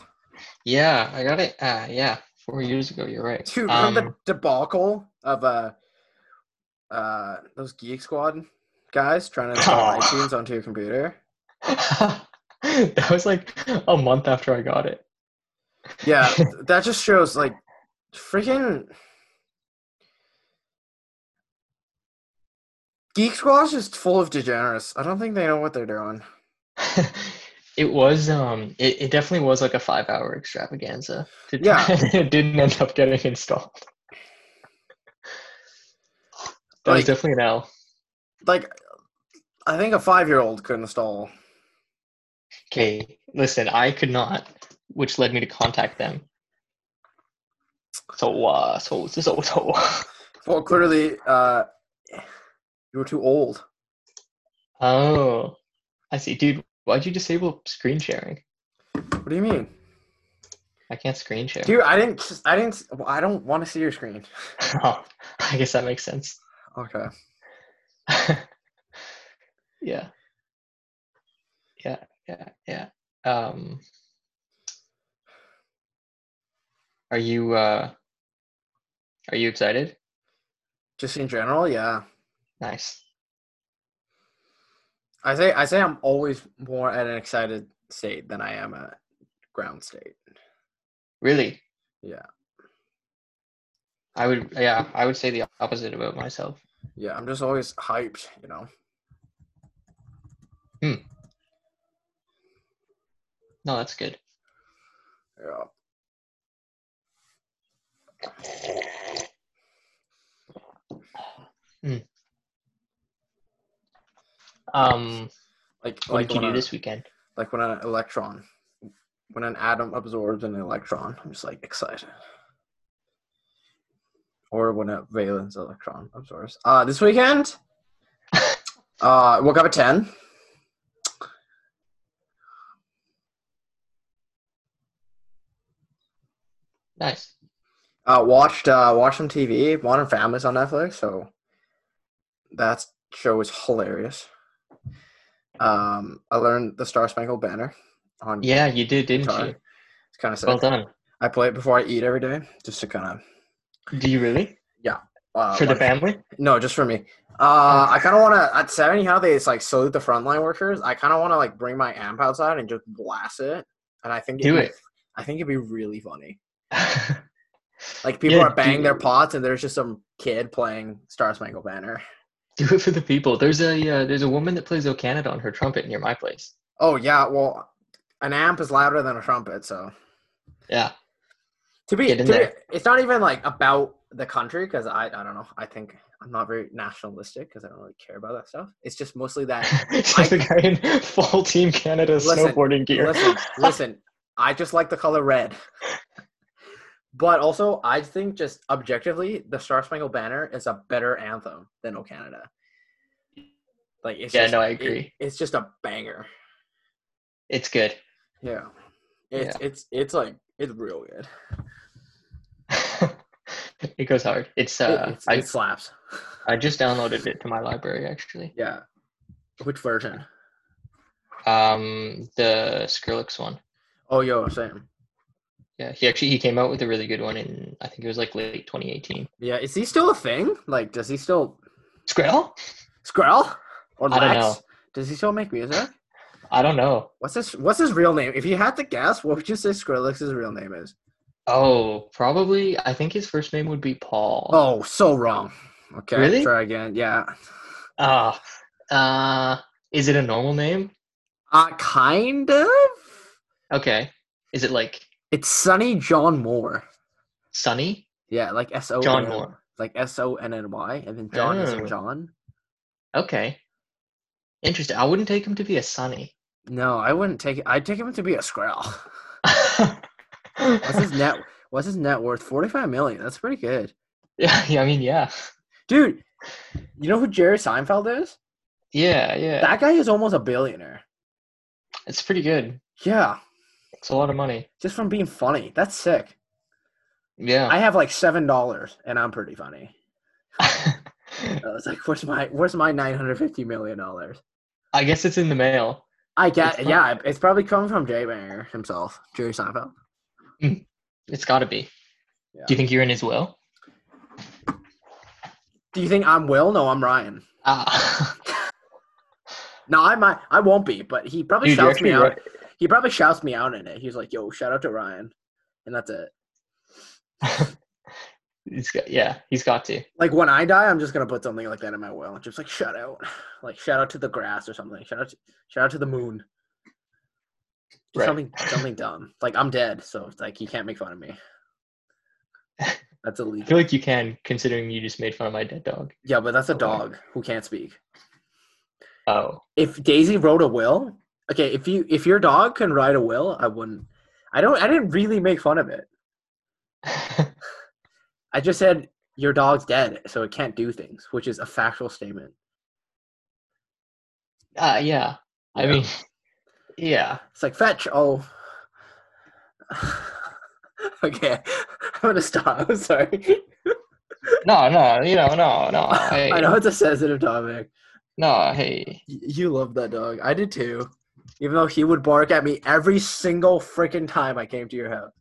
S2: Yeah, I got it. Uh, yeah, four years ago. You're right.
S1: Dude, remember
S2: Um,
S1: the debacle of uh uh those Geek Squad guys trying
S2: [laughs]
S1: to install
S2: Oh.
S1: iTunes onto your computer?
S2: Um, [laughs] that was like a month after I got it. [laughs]
S1: Yeah, that just shows like freaking Geek Squad is just full of degenerates. I don't think they know what they're doing.
S2: [laughs] it was um it, it definitely was like a five hour extravaganza to
S1: Yeah.
S2: [laughs] it didn't end up getting installed that was
S1: Like-
S2: definitely an l
S1: Like I think a five year old could install
S2: okay listen i could not which led me to contact them so uh so so so, so. [laughs]
S1: well clearly uh you were too old.
S2: oh i see dude why'd you disable screen sharing
S1: What do you mean?
S2: i can't screen share
S1: Dude, I didn't I didn't I don't want to see your screen.
S2: oh, [laughs] i guess that makes sense
S1: Okay.
S2: [laughs] yeah. Yeah, yeah, yeah. Um Are you uh are you excited?
S1: Just in general, yeah.
S2: Nice.
S1: I say I say I'm always more at an excited state than I am at ground state.
S2: Really?
S1: Yeah.
S2: I would yeah, I would say the opposite about myself.
S1: Yeah, I'm just always hyped, you know.
S2: No, that's good.
S1: Yeah.
S2: Um
S1: Like
S2: what
S1: like
S2: did you
S1: when
S2: do
S1: a,
S2: this weekend?
S1: like when an electron when an atom absorbs an electron, I'm just like excited. Or when a valence electron absorbs. Uh this
S2: [laughs]
S1: weekend uh woke up at ten.
S2: Nice.
S1: Uh, watched uh, watched some TV. Modern Family's on Netflix, so that show is hilarious. Um, I learned the Star Spangled Banner on
S2: Yeah, you did, didn't
S1: guitar.
S2: you?
S1: It's kind of sick.
S2: Well done.
S1: I play it before I eat every day, just to kind of
S2: Do you really?
S1: uh,
S2: For the
S1: like-
S2: family?
S1: No, just for me. Uh, I kind of want to at seventy how they it's like salute the frontline workers. I kind of want to like bring my amp outside and just blast it, and I think
S2: Do
S1: it'd be-
S2: it.
S1: I think it'd be really funny.
S2: [laughs]
S1: Like people
S2: Yeah,
S1: are banging
S2: do-
S1: their pots, and there's just some kid playing Star Spangled Banner.
S2: [laughs] Do it for the people. There's a uh, there's a woman that plays O Canada on her trumpet near my place. [laughs]
S1: Oh yeah, well, an amp is louder than a trumpet. So
S2: Yeah.
S1: to be,
S2: Get in
S1: to be-
S2: there.
S1: it's not even like about the country because I, I don't know. I think I'm not very nationalistic because I don't really care about that stuff. It's just mostly that.
S2: it's like the guy in full Team Canada
S1: Listen,
S2: snowboarding gear.
S1: listen, listen. I just like the color red. [laughs] But also, I think just objectively, the Star Spangled Banner is a better anthem than O Canada. Like it's
S2: Yeah,
S1: just,
S2: no, I
S1: it-
S2: agree.
S1: it's just a banger.
S2: [laughs] It's good. [laughs]
S1: Yeah, it's it's it's like it's real good.
S2: it goes hard. It's
S1: It-
S2: uh
S1: it's- it slaps. [laughs]
S2: I, I just downloaded it to my library actually.
S1: Yeah. Which version?
S2: Um the Skrillex one.
S1: Oh, yo, same.
S2: Yeah, he actually he came out with a really good one in I think it was like late 2018.
S1: Yeah, is he still a thing? Like, does he still
S2: Skrill?
S1: Skrell or
S2: I
S1: Lax?
S2: don't know.
S1: Does he still make music?
S2: I don't know.
S1: What's his What's his real name? If you had to guess, what would you say Skrillex's real name is?
S2: Oh, probably I think his first name would be Paul.
S1: Oh, so wrong. Okay,
S2: Really?
S1: try again. Yeah,
S2: Ah, uh, is it a normal name?
S1: uh, kind of.
S2: Okay. Is it like
S1: It's Sonny John Moore.
S2: Sunny?
S1: Yeah, like S O
S2: John Moore.
S1: like S O N N Y, and then John is
S2: Oh.
S1: in John.
S2: Okay. Interesting. I wouldn't take him to be
S1: [laughs]
S2: a Sunny.
S1: No, I wouldn't take it. I'd take him to be a
S2: [laughs]
S1: Skrell. What's his net? What's his net worth? Forty-five million. That's pretty good.
S2: Yeah, yeah. I mean, yeah,
S1: Dude, you know who Jerry Seinfeld is?
S2: yeah, yeah.
S1: That guy is almost a billionaire.
S2: it's pretty good.
S1: Yeah,
S2: It's a lot of money.
S1: just from being funny. That's sick.
S2: Yeah.
S1: I have like seven dollars, and I'm pretty funny. I was like, "Where's my Where's my nine hundred fifty million dollars?"
S2: [laughs] I guess it's in the mail.
S1: I get,
S2: It's
S1: yeah, it's probably coming from Jay Banger himself, Jerry Seinfeld.
S2: It's got to be.
S1: Yeah.
S2: Do you think you're in his will?
S1: Do you think I'm Will? No, I'm Ryan.
S2: Ah,
S1: No, I might, I won't be, but he probably
S2: [laughs] dude, you're
S1: shouts me
S2: actually
S1: out.
S2: right.
S1: He probably shouts me out in it. He's like, "Yo, shout out to Ryan," and that's it.
S2: He's got, yeah, he's got to.
S1: Like when I die, I'm just gonna put something like that in my will, just like shout out, [sighs] like shout out to the grass or something. Shout out, to, shout out to the moon. Just
S2: Right.
S1: Something, something dumb. Like I'm dead, so it's like you can't make fun of me. That's
S2: I
S1: illegal.
S2: feel like you can, considering you just made fun of my dead dog.
S1: Yeah, but that's a
S2: Okay.
S1: dog who can't speak.
S2: [laughs] Oh,
S1: if Daisy wrote a will, okay, if you if your dog can write a will, I wouldn't. I don't. I didn't really make fun of it.
S2: Uh,
S1: I just said your dog's dead, so it can't do things, which is a factual statement.
S2: uh, yeah. I
S1: Yeah.
S2: mean, yeah.
S1: It's like fetch. Oh. [laughs] okay, I'm gonna stop. I'm sorry.
S2: No, no, you know, no, no.
S1: [laughs]
S2: Hey,
S1: I know it's a sensitive topic.
S2: No, hey.
S1: Y- You love that dog. I did too. Even though he would bark at me every single freaking time I came to your house.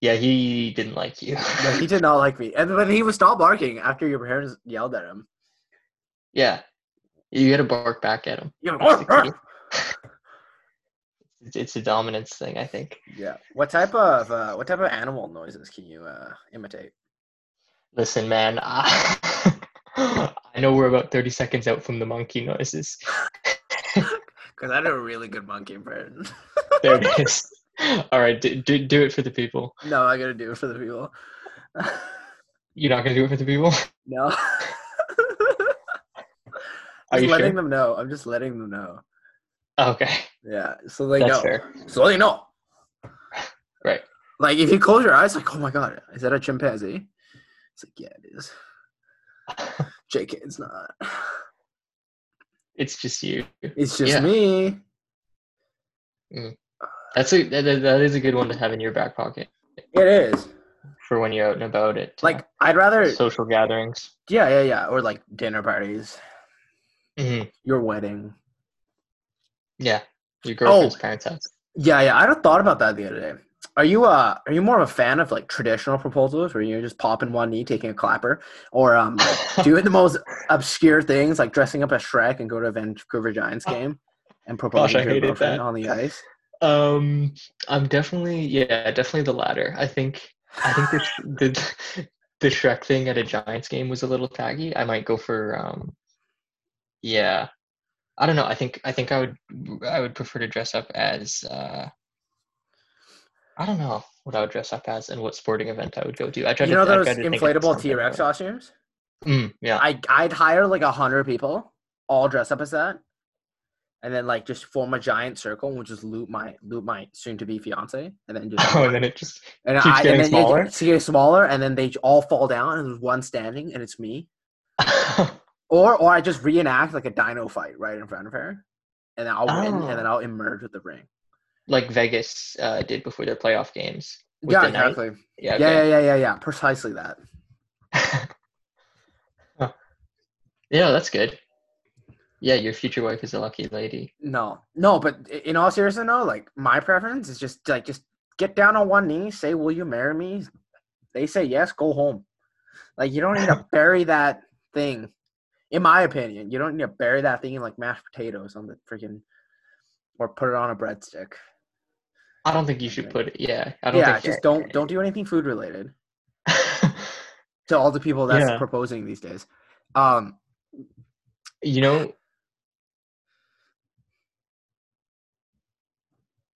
S2: Yeah, he didn't like you.
S1: No, he did not like me. And then he would stop barking after your parents yelled at him.
S2: [laughs] yeah. You gotta bark back at him.
S1: Yeah.
S2: That's the key. It's- It's a dominance thing, I think.
S1: yeah. What type of uh, what type of animal noises can you uh, imitate?
S2: Listen, man, [laughs] I, I know we're about 30 seconds out from the
S1: [laughs]
S2: monkey noises.
S1: Because I know a really good monkey impression.
S2: There it is. All right, do, do, do it for the people.
S1: no, I gotta do it for the people.
S2: You're not gonna do it for the people?
S1: [laughs] no. [laughs]
S2: Are
S1: just
S2: you
S1: letting
S2: sure? Oh,
S1: them know. I'm just letting them know.
S2: Okay,
S1: Yeah. So they
S2: that's
S1: know.
S2: fair.
S1: So they know.
S2: Right.
S1: Like if you close your eyes, like, oh my god, is that a chimpanzee? It's like, yeah, it
S2: [laughs]
S1: is. JK, it's not.
S2: It's just you.
S1: It's just
S2: Yeah.
S1: me.
S2: That's a that, that- that is a good one to have in your back pocket
S1: It is.
S2: for when you're out and about at uh,
S1: Like I'd rather
S2: social gatherings.
S1: Yeah, yeah, yeah. Or like dinner parties,
S2: Mhm.
S1: your wedding.
S2: Yeah, your girlfriend's
S1: Oh.
S2: parents' house.
S1: Yeah, yeah. I thought about that the other day. Are you uh are you more of a fan of like traditional proposals where you're just popping one knee, taking a clapper, or um doing the most obscure things like dressing up as Shrek and go to a Vancouver Giants game and propose
S2: Gosh, I
S1: to your
S2: hated
S1: girlfriend
S2: that.
S1: on the ice?
S2: Um, I'm definitely yeah, definitely the latter. I think I
S1: [laughs]
S2: think the Sh- the the Shrek thing at a Giants game was a little taggy. I might go for um, yeah, I don't know. I think I think I would I would prefer to dress up as uh, I don't know what I would dress up as and what sporting event I would go to. I tried
S1: You
S2: to
S1: know
S2: I
S1: those
S2: tried to think of
S1: inflatable
S2: something,
S1: T Rex
S2: but-
S1: costumes?
S2: Mm, yeah,
S1: I I'd hire like a hundred people, all dress up as that, and then like just form a giant circle and just loot my loot my soon to be fiance, and
S2: [laughs]
S1: then just
S2: oh, and then it just
S1: And
S2: Keeps
S1: I
S2: getting
S1: and then you-
S2: smaller?
S1: it's getting smaller, and then they all fall down, and there's one standing, and it's me. Or or I just reenact like a dino fight right in front of her, and then I'll win,
S2: Oh.
S1: and then I'll emerge with the ring.
S2: like Vegas uh, did before their playoff games. with
S1: yeah,
S2: the knight.
S1: exactly. Yeah,
S2: Yeah, okay.
S1: yeah, yeah, yeah, yeah. Precisely that.
S2: Huh. Yeah, that's good. Yeah, your future wife is a lucky lady.
S1: No, no, but i- in all seriousness, no. Like my preference is just like just get down on one knee, say, "Will you marry me?" They say yes, go home. Like you don't need
S2: [laughs]
S1: to bury that thing. In my opinion, you don't need to bury that thing in like mashed potatoes on the freaking, or put it on a breadstick.
S2: I don't think you should
S1: Okay.
S2: put it. Yeah, I don't
S1: Yeah,
S2: think.
S1: just don't don't do anything food related to all the people that's
S2: Yeah.
S1: proposing these days. Um,
S2: [laughs] you know,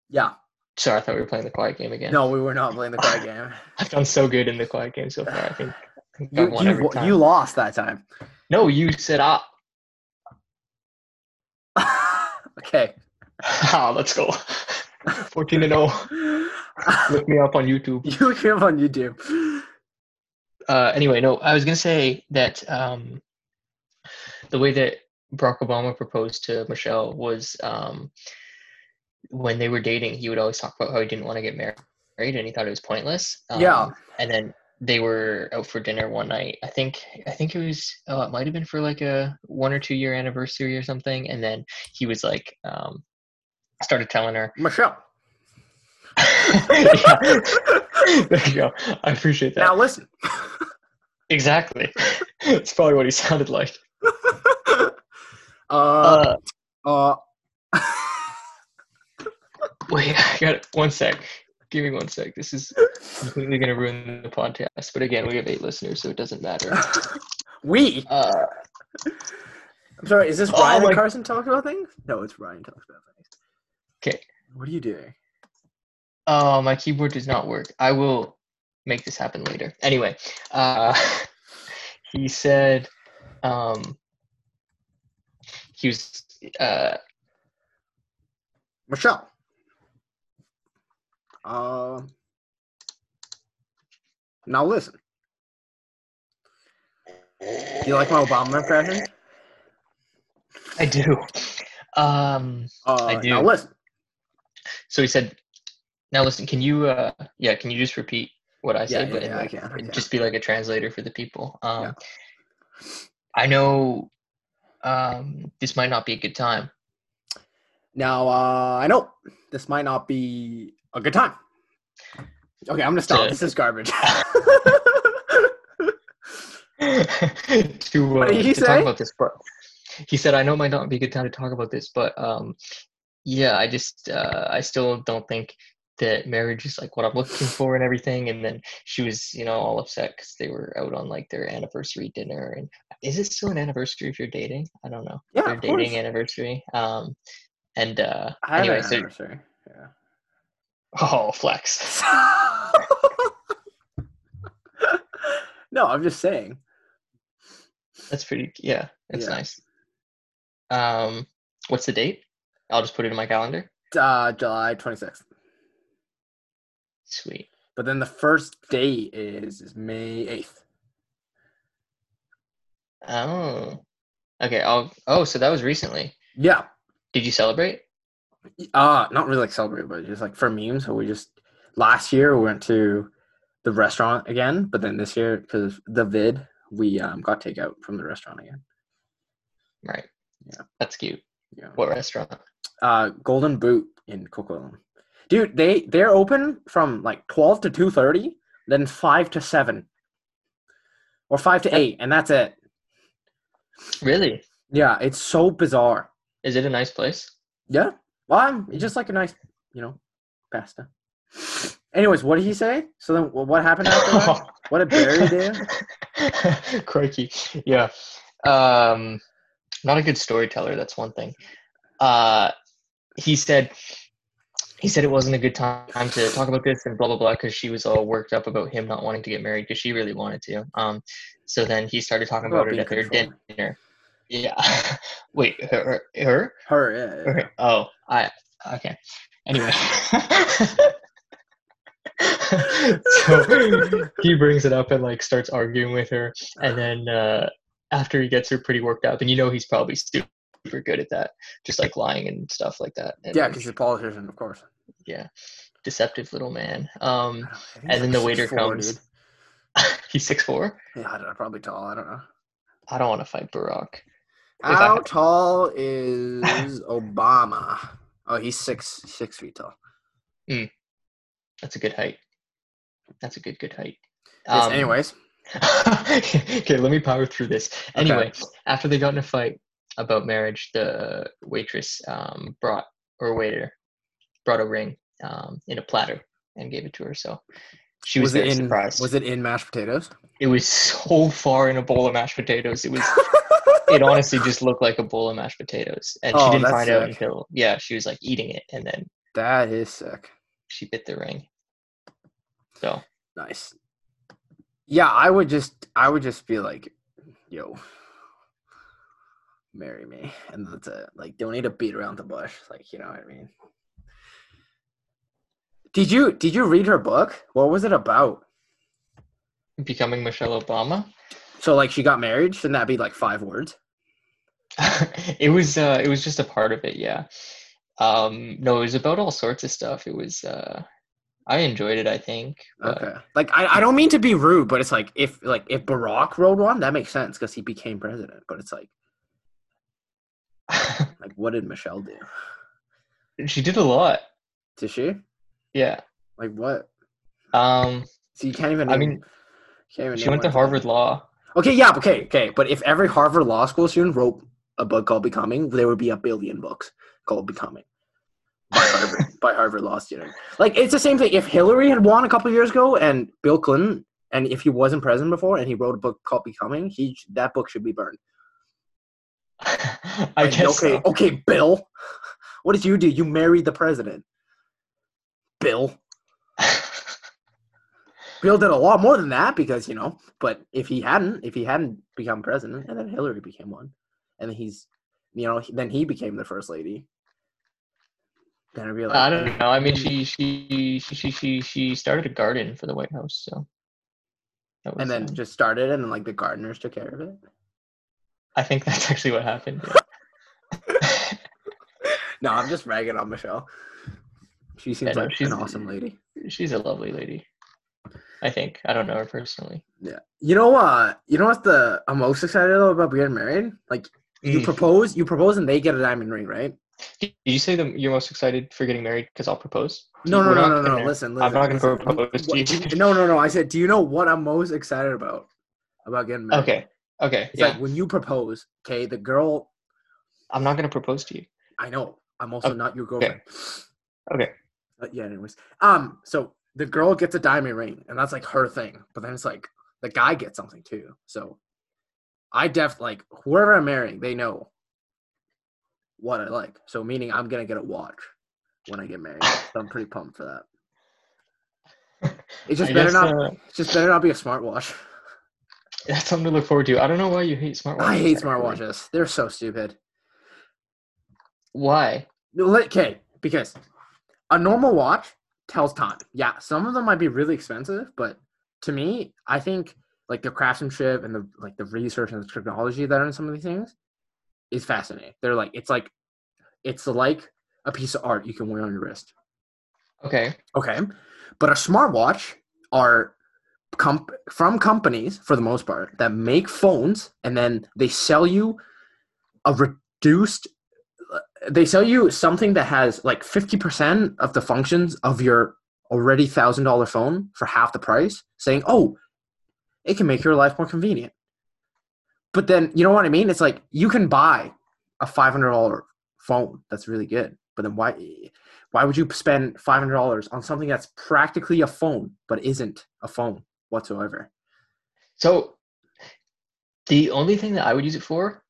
S1: yeah,
S2: sorry, I thought we were playing the quiet game again.
S1: no, we were not playing the card game.
S2: I've done so good in the quiet game so far. I think. I think I've
S1: You
S2: won
S1: you,
S2: every
S1: wo-
S2: time.
S1: you lost that time. [laughs]
S2: no, you said ah. [laughs]
S1: okay.
S2: ah let's go. [laughs]
S1: [laughs]
S2: Fourteen and zero. Look me up on YouTube.
S1: You came on YouTube.
S2: uh, anyway, no, I was gonna say that um, the way that Barack Obama proposed to Michelle was um, when they were dating. He would always talk about how he didn't want to get married, and he thought it was pointless. Um,
S1: Yeah.
S2: and then they were out for dinner one night. I think I think it was oh, it might have been for like a one or two year anniversary or something. And then he was like, um, started telling her. [laughs]
S1: Michelle.
S2: Yeah, [laughs] there you go. I appreciate that.
S1: Now
S2: [laughs]
S1: listen.
S2: Exactly. [laughs] That's probably what he sounded like.
S1: Uh,
S2: Uh,
S1: uh,
S2: wait, I got it. one sec. Give me one sec. This is completely going to ruin the podcast. But again, we have eight listeners, so it doesn't matter.
S1: we.
S2: Uh,
S1: I'm sorry. Is this
S2: Oh
S1: Brian and
S2: my-
S1: Carson talks about things? No, it's Brian talks about things.
S2: 'Kay.
S1: What are you doing?
S2: oh, my keyboard does not work. I will make this happen later. Anyway, uh, [laughs] he said um, he was. Uh,
S1: Michelle. Um. Now listen. Do you like my Obama impression?
S2: I do. Um,
S1: Uh,
S2: I do.
S1: Now listen.
S2: so he said, "Now listen, can you? Uh, yeah, can you just repeat what I
S1: yeah,
S2: said?"
S1: yeah,
S2: but in
S1: yeah,
S2: the-
S1: I can. I can.
S2: just be like a translator for the people. Um,
S1: Yeah.
S2: I know um, this might not be a good time. [laughs]
S1: Now uh, I know this might not be a good time. Okay, I'm gonna stop.
S2: To-
S1: This is
S2: [laughs]
S1: garbage. [laughs]
S2: to
S1: What
S2: uh,
S1: did he
S2: to talk
S1: say?
S2: about this, but he said, "I know it might not be a good time to talk about this, but um, yeah, I just uh, I still don't think." That marriage is like what I'm looking for and everything, and then she was, you know, all upset because they were out on like their anniversary dinner. And is it still an anniversary if you're dating? I don't know.
S1: yeah,
S2: their
S1: of course.
S2: dating anniversary. Um, and uh,
S1: I had
S2: anyway,
S1: an
S2: so
S1: anniversary. [laughs] Yeah.
S2: oh, flex.
S1: no, I'm just saying.
S2: That's pretty. Yeah, that's
S1: Yeah.
S2: nice. Um, what's the date? I'll just put it in my calendar.
S1: Uh, July 26th.
S2: Sweet.
S1: But then the first date is, is May 8th.
S2: Oh, okay. I'll. Oh, so that was recently.
S1: Yeah.
S2: Did you celebrate?
S1: Uh, not really like celebrate, but just like for memes. So we just, last year we went to the restaurant again. But then this year, because the vid, we um, got takeout from the restaurant again.
S2: Right.
S1: Yeah.
S2: That's cute.
S1: Yeah.
S2: What restaurant?
S1: Uh, Golden Boot in Coquitlam. Dude, they, they're open from like 12 to 2.30, then 5 to 7. Or 5 to 8, and that's it.
S2: Really?
S1: Yeah, it's so bizarre.
S2: Is it a nice place?
S1: Yeah. Well, I'm, it's just like a nice, you know, pasta. Anyways, what did he say? So then, wh- what happened after that?
S2: [laughs]
S1: What did Barry do? [laughs]
S2: Crikey. Yeah. Um, not a good storyteller. That's one thing. Uh, he said, he said it wasn't a good time to talk about this and blah blah blah because she was all worked up about him not wanting to get married because she really wanted to. Um, so then he started talking
S1: About
S2: about it
S1: being
S2: at their
S1: controlling.
S2: dinner. Yeah. [laughs] Wait, her, her?
S1: Her, yeah, yeah, yeah.
S2: Okay. Oh, I okay. Anyway. [laughs] so he brings it up and like starts arguing with her and then uh after he gets her pretty worked up and you know he's probably super good at that just like lying and stuff like that and
S1: Yeah,
S2: like,
S1: because she's a politician, of course.
S2: deceptive little man um
S1: I think
S2: And
S1: he's
S2: then the
S1: like
S2: waiter
S1: 6'4",,
S2: comes.
S1: dude.
S2: [laughs] he's six four
S1: Yeah, I don't know, probably tall. I don't know.
S2: i don't want to fight barack I
S1: How
S2: had-
S1: tall
S2: [laughs]
S1: is Obama? Oh, he's six six feet tall.
S2: that's a good height that's a good good height
S1: Yes,
S2: Um,
S1: anyways,
S2: [laughs] okay, let me power through this. Anyway, after they got in a fight about marriage, the waitress um, brought or waiter brought a ring um, in a platter and gave it to her. So she was,
S1: was it
S2: very
S1: in
S2: surprised.
S1: was it in mashed potatoes?
S2: it was so far in a bowl of mashed potatoes. It was. [laughs] It honestly just looked like a bowl of mashed potatoes, and
S1: Oh,
S2: she didn't
S1: that's
S2: find out
S1: sick.
S2: until yeah, she was like eating it, and then
S1: that is sick.
S2: she bit the ring. So
S1: Nice. Yeah, I would just I would just be like, yo, marry me. And that's it. Like don't need to beat around the bush. Like, you know what I mean? Did you did you read her book? What was it about?
S2: becoming Michelle Obama.
S1: So like she got married. Shouldn't that be like five words?
S2: [laughs] it was uh, it was just a part of it. Yeah. Um, no, it was about all sorts of stuff. It was. Uh, I enjoyed it. I think. but-
S1: Okay. Like I, I don't mean to be rude, but it's like if like if Barack wrote one, that makes sense because he became president. But it's like like what did Michelle do?
S2: [laughs] she did a lot.
S1: Did she?
S2: Yeah.
S1: Like what?
S2: Um,
S1: So you can't even.
S2: I
S1: name-
S2: mean,
S1: can't even
S2: she
S1: name
S2: went to
S1: one.
S2: Harvard Law. [laughs]
S1: Okay, yeah, okay, okay. But if every Harvard Law School student wrote a book called Becoming, there would be a billion books called Becoming
S2: [laughs]
S1: by Harvard, by Harvard Law student. Like, it's the same thing. If Hillary had won a couple years ago and Bill Clinton, and if he wasn't president before and he wrote a book called Becoming, he that book should be burned.
S2: I
S1: Like,
S2: guess.
S1: okay,
S2: so. [laughs]
S1: okay, Bill. [laughs] What did you do? You married the president. Bill. Bill did a lot more than that because you know. But if he hadn't, if he hadn't become president, and then Hillary became one, and he's, you know, then he became the first lady. Then I'd be like,
S2: I don't know. I mean, she she she she she she started a garden for the White House, so. That
S1: and then
S2: uh,
S1: just started, and then like the gardeners took care of it.
S2: I think [laughs] that's actually what happened. yeah.
S1: No, I'm just ragging on Michelle. She seems
S2: no,
S1: like
S2: she's-
S1: an awesome lady.
S2: She's a lovely lady. I think I don't know her personally.
S1: You know Uh, you know what's the I'm most excited though about being married? Like you
S2: Mm.
S1: propose, you propose, and they get a diamond ring, right?
S2: Did you say that you're most excited for getting married? Because I'll propose.
S1: No, no,
S2: We're
S1: no,
S2: not
S1: no, no.
S2: gonna-
S1: Listen, listen.
S2: I'm not gonna
S1: listen.
S2: propose to
S1: What-
S2: you.
S1: No, no, no. I said, do you know what I'm most excited about? About getting married.
S2: Okay. Okay.
S1: It's
S2: yeah.
S1: like when you propose, okay, the girl,
S2: I'm not gonna propose to you.
S1: I know, I'm also
S2: Okay.
S1: not your girlfriend.
S2: Okay.
S1: But Uh, yeah, anyways. Um, so the girl gets a diamond ring, and that's like her thing. But then it's like the guy gets something too. So I def like whoever I'm marrying, they know what I like. So meaning I'm gonna get a watch when I get married. So I'm pretty pumped for that.
S2: [laughs]
S1: It's just
S2: I
S1: better
S2: guess,
S1: not
S2: uh, [laughs]
S1: it's just better not be a smartwatch.
S2: that's something to look forward to. I don't know why you hate smartwatches.
S1: I hate
S2: actually.
S1: smartwatches. They're so stupid.
S2: Why?
S1: No, let- Okay, because a normal watch tells time. Yeah, some of them might be really expensive, but to me, I think like the craftsmanship and the like the research and the technology that are in some of these things is fascinating. They're like it's like it's like a piece of art you can wear on your wrist.
S2: Okay.
S1: Okay, but a smartwatch are comp- from companies for the most part that make phones and then they sell you a reduced. They sell you something that has like fifty percent of the functions of your already thousand dollar phone for half the price, saying, "Oh, it can make your life more convenient." But then you know what I mean? It's like you can buy a five hundred dollar phone that's really good, but then why? why would you spend five hundred dollars on something that's practically a phone but isn't a phone whatsoever?
S2: So the only thing that I would use it for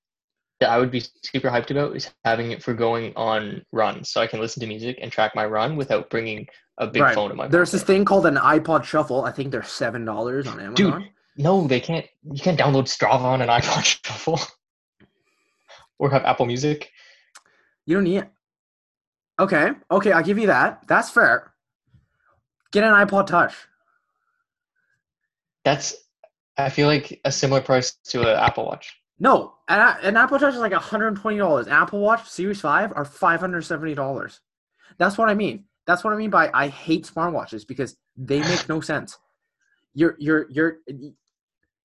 S2: that I would be super hyped about is having it for going on runs so I can listen to music and track my run without bringing a big
S1: Right.
S2: phone in my
S1: There's this
S2: pocket.
S1: thing called an iPod Shuffle. I think they're seven dollars on Amazon.
S2: No, they can't. You can't download Strava on an [laughs] iPod Shuffle or have Apple Music.
S1: You don't need it. Okay, okay, I'll give you that. That's fair. Get an iPod Touch.
S2: That's I feel like a similar price to an Apple Watch.
S1: No, an, an Apple Touch is like hundred and twenty dollars. Apple Watch Series Five are five hundred seventy dollars. That's what I mean. That's what I mean by I hate smartwatches because they make no sense. You're you're you're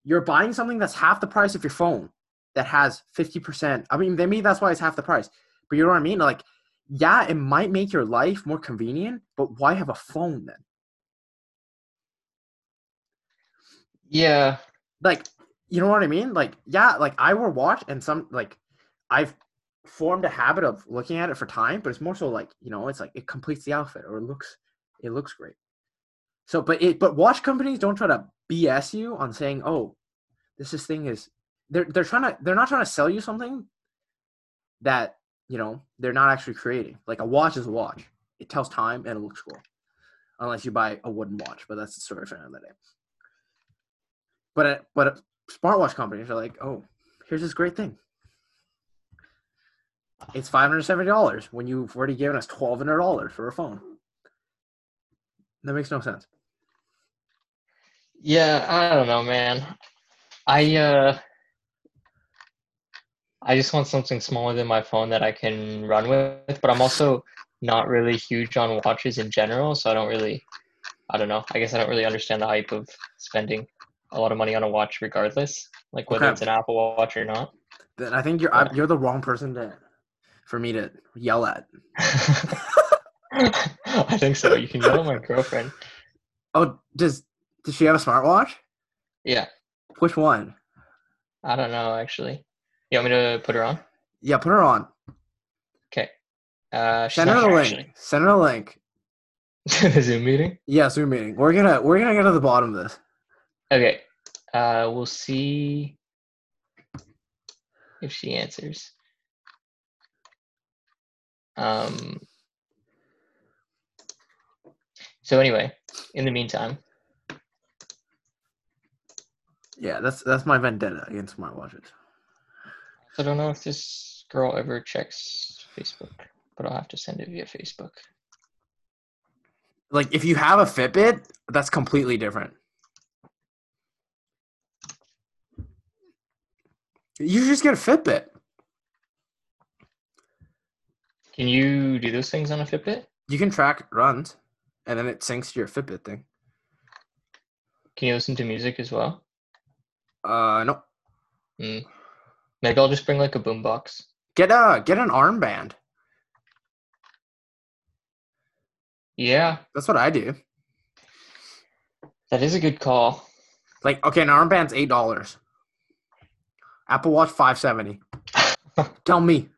S1: you're buying something that's half the price of your phone that has fifty percent. I mean, maybe that's why it's half the price. But you know what I mean? Like, yeah, it might make your life more convenient, but why have a phone then?
S2: Yeah,
S1: like you know what i mean like yeah like i wear watch and some like i've formed a habit of looking at it for time but it's more so like you know it's like it completes the outfit or it looks it looks great so but it but watch companies don't try to bs you on saying oh this this thing is they're they're trying to they're not trying to sell you something that you know they're not actually creating like a watch is a watch it tells time and it looks cool unless you buy a wooden watch but that's the story for another day but uh, but uh, smartwatch companies are like, oh, here's this great thing. It's five hundred seventy dollars when you've already given us twelve hundred dollars for a phone. That makes no sense.
S2: Yeah, I don't know, man. I uh I just want something smaller than my phone that I can run with, but I'm also not really huge on watches in general, so I don't really I don't know. I guess I don't really understand the hype of spending a lot of money on a watch regardless, like whether
S1: Okay.
S2: it's an Apple Watch or not. [laughs]
S1: Then I think you're I, you're the wrong person to for me to yell at.
S2: I think so. You can yell at my girlfriend.
S1: Oh, does does she have a smartwatch?
S2: Yeah,
S1: Which one?
S2: I don't know actually. You want me to put her on?
S1: Yeah, put her on.
S2: Uh, she's
S1: Send her
S2: not
S1: a
S2: here,
S1: link. Send her a link.
S2: actually. [laughs] the Zoom meeting.
S1: Yeah, Zoom meeting. We're gonna we're gonna get to the bottom of this.
S2: Okay. Uh, we'll see if she answers. Um, so anyway, in the meantime,
S1: Yeah, that's that's my vendetta against smartwatches.
S2: I don't know if this girl ever checks Facebook, but I'll have to send it via Facebook.
S1: Like if you have a Fitbit, that's completely different. You just get a Fitbit.
S2: Can you do those things on a Fitbit?
S1: You can track runs, and then it syncs to your Fitbit thing.
S2: Can you listen to music as well?
S1: Uh, no,
S2: Mm. Maybe I'll just bring like a boombox.
S1: get a get an armband.
S2: Yeah,
S1: That's what I do.
S2: that is a good call. [laughs]
S1: Like, okay, an armband's eight dollars. Apple Watch five
S2: [laughs]
S1: seventy. Tell me,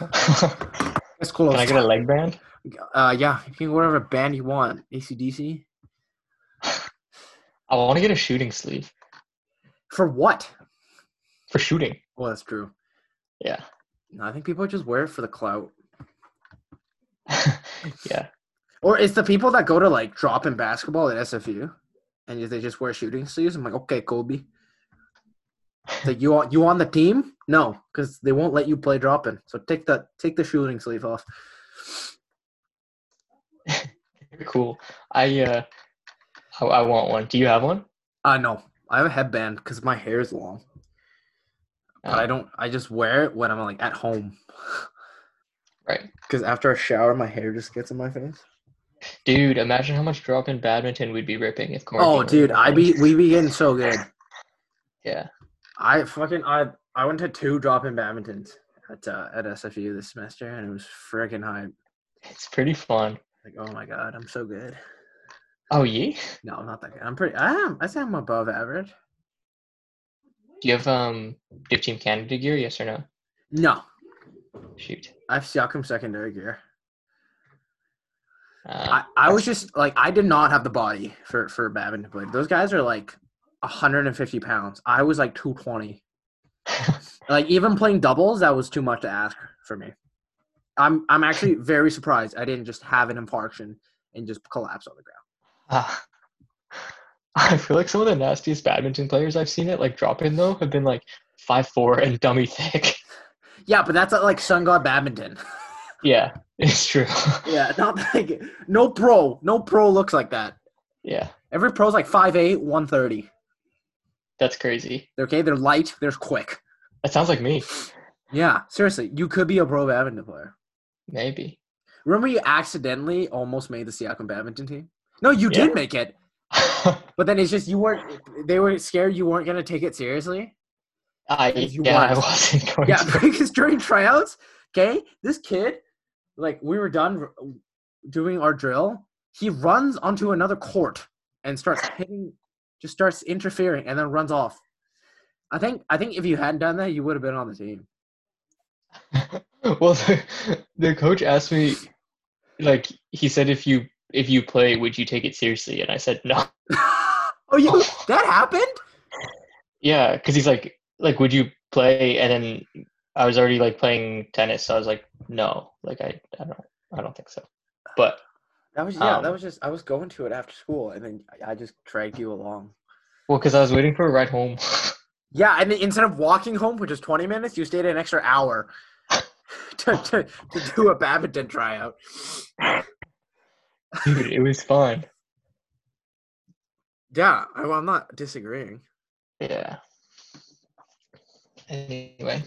S2: Can
S1: it's close.
S2: I get a leg band?
S1: uh, yeah, you can go whatever band you want. ACDC
S2: I want to get a shooting sleeve
S1: for what?
S2: for shooting.
S1: Well, that's true.
S2: Yeah. [laughs]
S1: No, I think people just wear it for the clout.
S2: yeah.
S1: Or it's the people that go to like drop in basketball at SFU, and they just wear shooting sleeves. I'm like, okay, Kobe. It's Like you on you on the team? No, because they won't let you play drop in. So take the take the shooting sleeve off.
S2: Cool. I uh I, I want one. Do you have one?
S1: Uh no, I have a headband because my hair is long, but I
S2: Uh,
S1: don't. I just wear it when I'm like at home.
S2: Right.
S1: Because after a shower, my hair just gets in my face.
S2: Dude, imagine how much drop in badminton we'd be ripping if Corky
S1: Oh,
S2: were
S1: dude, I
S2: involved.
S1: be we be getting so good.
S2: Yeah.
S1: I fucking I I went to two drop in badmintons at uh, at SFU this semester, and it was freaking hype.
S2: It's pretty fun.
S1: Like, oh my god, I'm so good.
S2: Oh yeah?
S1: No, I'm not that good. I'm pretty. I am. I say I'm above average.
S2: Do you have um do you have Team Canada gear, yes or no?
S1: No,
S2: Shoot.
S1: I've stuck him secondary gear.
S2: Uh,
S1: I, I was just like I did not have the body for for badminton play. Those guys are like 150 pounds. I was like 220. like even playing doubles, that was too much to ask for me. I'm I'm actually very surprised I didn't just have an infarction and just collapse on the ground.
S2: ah. [laughs] I feel like some of the nastiest badminton players I've seen at like drop in though have been like five four and dummy thick.
S1: Yeah, but that's at, like Sun God Badminton. [laughs]
S2: yeah, it's true.
S1: yeah, not like no pro, no pro looks like that.
S2: yeah.
S1: Every pro's like 5'8", 130.
S2: That's crazy.
S1: Okay, they're light, they're quick.
S2: That sounds like me.
S1: Yeah, seriously, you could be a pro badminton player.
S2: Maybe. [laughs]
S1: Remember, you accidentally almost made the Siakam badminton team. No, you
S2: Yeah.
S1: did make it, but then it's just you weren't. They were scared you weren't gonna take it seriously.
S2: I
S1: If you
S2: yeah, I
S1: want.
S2: wasn't
S1: [laughs]
S2: going
S1: Yeah,
S2: to.
S1: because during tryouts, okay, this kid, like we were done r- doing our drill, he runs onto another court and starts hitting, just starts interfering, and then runs off. I think I think if you hadn't done that, you would have been on the team. [laughs]
S2: [laughs] well, the, the coach asked me, like, he said, if you if you play, would you take it seriously? And I said no. [laughs]
S1: oh, you that happened?
S2: Yeah, because he's like, like, would you play? And then I was already like playing tennis, so I was like, no, like I, I don't, I don't think so. But
S1: That was yeah. that
S2: Um,
S1: was just I was going to it after school, and then I I just dragged you along.
S2: well, because I was waiting for a ride home. [laughs]
S1: Yeah, and then instead of walking home, which is twenty minutes, you stayed an extra hour [laughs] to to, to do a badminton tryout.
S2: Dude, it was fun.
S1: Yeah, I, well, I'm not disagreeing.
S2: Yeah. Anyway,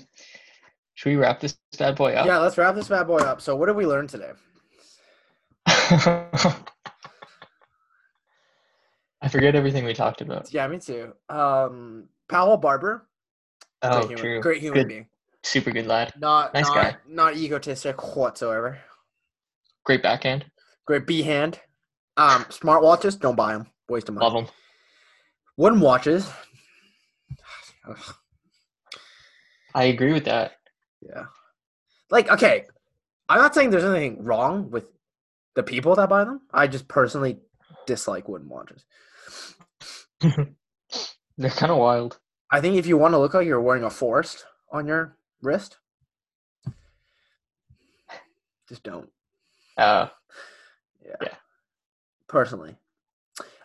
S2: should we wrap this bad boy
S1: Yeah,
S2: up?
S1: let's wrap this bad boy up. So, what did we learn today?
S2: [laughs] I forget everything we talked about.
S1: Yeah, me too. Um, Powell Barber,
S2: Oh,
S1: great human,
S2: true.
S1: great human
S2: Good.
S1: being.
S2: Super good lad.
S1: Not
S2: Nice
S1: not,
S2: guy.
S1: not egotistic whatsoever.
S2: Great backhand.
S1: Great B hand. Um, smart watches, don't buy them. Waste of money.
S2: Love him.
S1: Wooden watches. Ugh,
S2: I agree with that.
S1: yeah. Like, okay, I'm not saying there's anything wrong with the people that buy them. I just personally dislike wooden watches.
S2: They're kind of wild.
S1: I think if you want to look like you're wearing a forest on your wrist, just don't.
S2: Uh, [laughs]
S1: personally.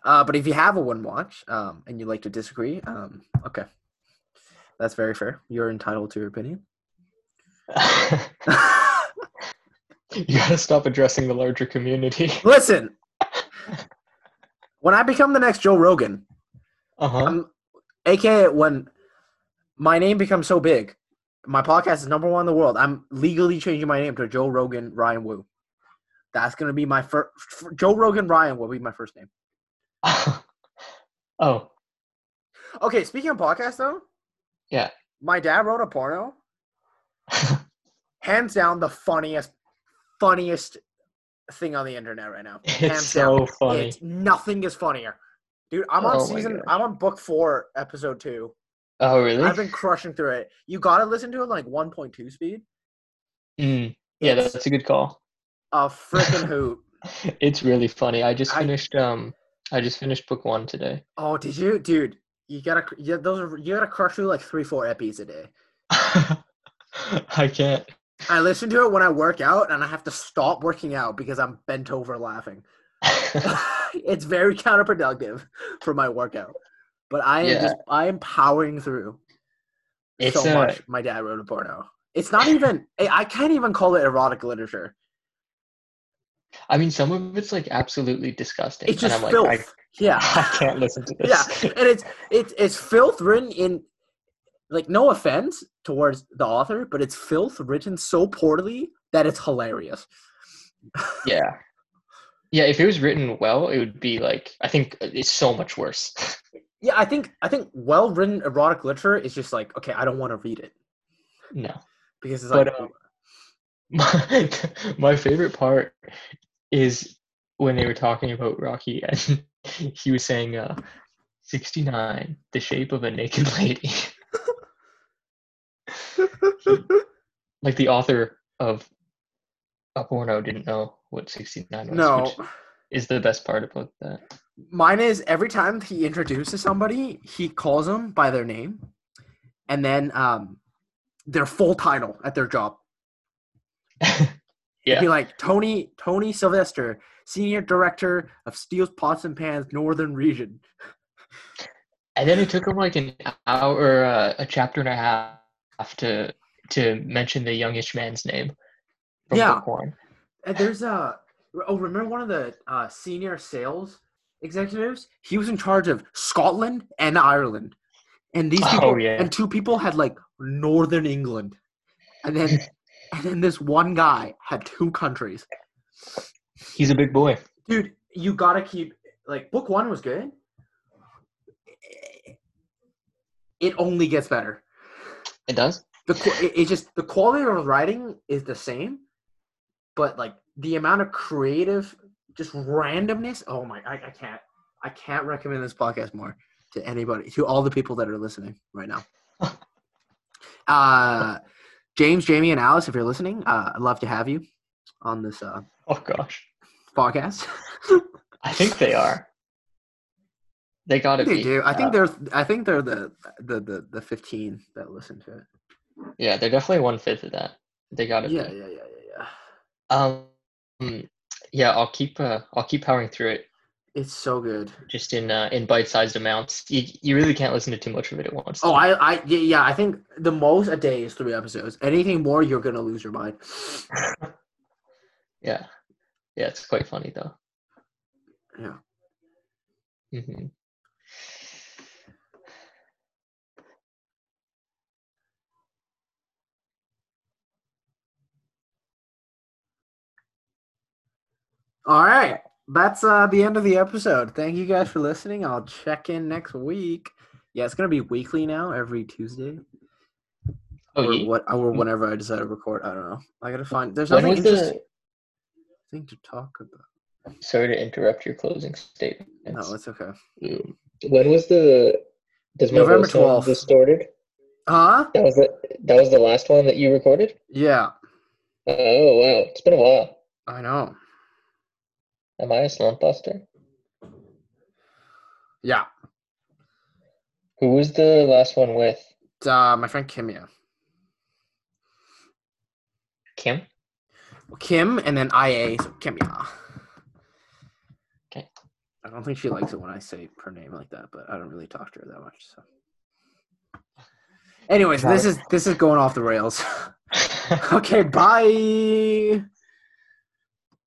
S1: Uh, but if you have a one watch um, and you like to disagree, um, okay, that's very fair. You're entitled to your opinion. [laughs]
S2: you gotta stop addressing the
S1: [laughs]
S2: larger community.
S1: Listen, when I become the next Joe Rogan,
S2: Uh huh.
S1: I'm, aka when my name becomes so big, my podcast is number one in the world. I'm legally changing my name to Joe Rogan Ryan Wu. That's gonna be my first. Joe Rogan Ryan will be my first name.
S2: [laughs] oh, [laughs]
S1: Okay, speaking of podcasts though,
S2: Yeah.
S1: my dad wrote a porno hands down the funniest funniest thing on the internet right now
S2: it's
S1: Hands
S2: so funny.
S1: it's nothing is funnier dude i'm on
S2: Oh my
S1: season
S2: God.
S1: i'm on book four episode two
S2: oh, really?
S1: i've been crushing through it you gotta listen to it like 1.2 speed
S2: Mm, yeah,
S1: It's
S2: that's a good call.
S1: a
S2: [laughs]
S1: freaking hoot
S2: It's really funny. I just
S1: I-
S2: finished. Um, I just finished book one today.
S1: oh did you dude you gotta cr- yeah those are you gotta crush through like three four epis a day
S2: I can't.
S1: [laughs] i listen to it when i work out and i have to stop working out because i'm bent over laughing [laughs] it's very counterproductive for my workout. But I am
S2: Yeah.
S1: just I am powering through
S2: [laughs] It's uh,
S1: so
S2: a-
S1: much. My dad wrote a porno. It's not even I I can't even call it erotic literature.
S2: I mean, some of it's like absolutely disgusting,
S1: It's just
S2: and I'm
S1: filth.
S2: like,
S1: yeah.
S2: I, I can't listen to
S1: [laughs] yeah.
S2: this.
S1: And it's it's it's filth written in like no offense towards the author, but it's filth written so poorly that it's hilarious.
S2: [laughs] Yeah. Yeah, if it was written well, it would be like I think it's so much worse. [laughs]
S1: Yeah, I think I think well written erotic literature is just like, okay, I don't want to read it.
S2: no.
S1: Because it's
S2: But,
S1: like
S2: um, My, [laughs] my favorite part is when they were talking about Rocky and [laughs] he was saying uh 69, the shape of a naked [laughs] lady. like the author of a porno didn't know what 69 was,
S1: no.
S2: which is the best part about that.
S1: Mine is every time he introduces somebody, he calls them by their name, and then um, their full title at their job. It'd
S2: Yeah.
S1: Be like Tony Tony Sylvester, senior director of Steel's Pots and Pans Northern Region.
S2: And then it took him like an hour, or, uh, a chapter and a half to to mention the youngish man's name. from
S1: Yeah.
S2: book one.
S1: And there's a oh, remember one of the uh, senior sales executives? He was in charge of Scotland and Ireland, and these
S2: Oh,
S1: people
S2: yeah.
S1: and two people had like Northern England, and then
S2: [laughs]
S1: and then this one guy had two countries.
S2: He's a big boy.
S1: dude you gotta keep like book one was good it only gets better
S2: It does.
S1: the qu- it, it just the quality of writing is the same but like the amount of creative just randomness oh my i, I can't i can't recommend this podcast more to anybody to all the people that are listening right
S2: [laughs]
S1: now uh james jamie and alice if you're listening uh i'd love to have you on this uh
S2: Oh gosh,
S1: podcast [laughs]
S2: I think they are. They got to
S1: They
S2: be.
S1: do. I
S2: Uh,
S1: think they're. I think they're the the the, the fifteen that listen to it.
S2: Yeah, they're definitely one fifth of that. They got to
S1: Yeah, yeah,
S2: be.
S1: yeah, yeah, yeah.
S2: Um, mm, yeah, I'll keep. Uh, I'll keep powering through it,
S1: It's so good.
S2: just in uh, in bite sized amounts. You you really can't listen to too much of it at once.
S1: Oh, I, I, yeah, yeah. I think the most a day is three episodes. Anything more, you're gonna lose your mind.
S2: Yeah, yeah, it's quite funny though.
S1: Yeah.
S2: hmm
S1: All right. That's uh, the end of the episode. Thank you guys for listening. I'll check in next week. Yeah, it's going to be weekly now, every Tuesday.
S2: Oh,
S1: or,
S2: yeah.
S1: what, or whenever I decide to record. I don't know. I got to find. There's
S2: When
S1: nothing
S2: was
S1: interesting
S2: the?
S1: to talk about.
S2: Sorry to interrupt your closing statement.
S1: No, it's okay.
S2: Mm. When was the? Does my
S1: November
S2: voice sound
S1: 12th.
S2: Distorted.
S1: Huh?
S2: That was the. That was the last one that you recorded.
S1: Yeah,
S2: Oh wow, it's been a while.
S1: I know.
S2: Am I a slump buster?
S1: Yeah.
S2: Who was the last one with?
S1: It's, uh, my friend Kimia.
S2: Kim. [laughs]
S1: Kim and then IA, so Kimia.
S2: Okay.
S1: I don't think she likes it when I say her name like that, but I don't really talk to her that much. So. Anyways,
S2: Got
S1: this [laughs]
S2: it.
S1: is this is going off the rails. okay, bye.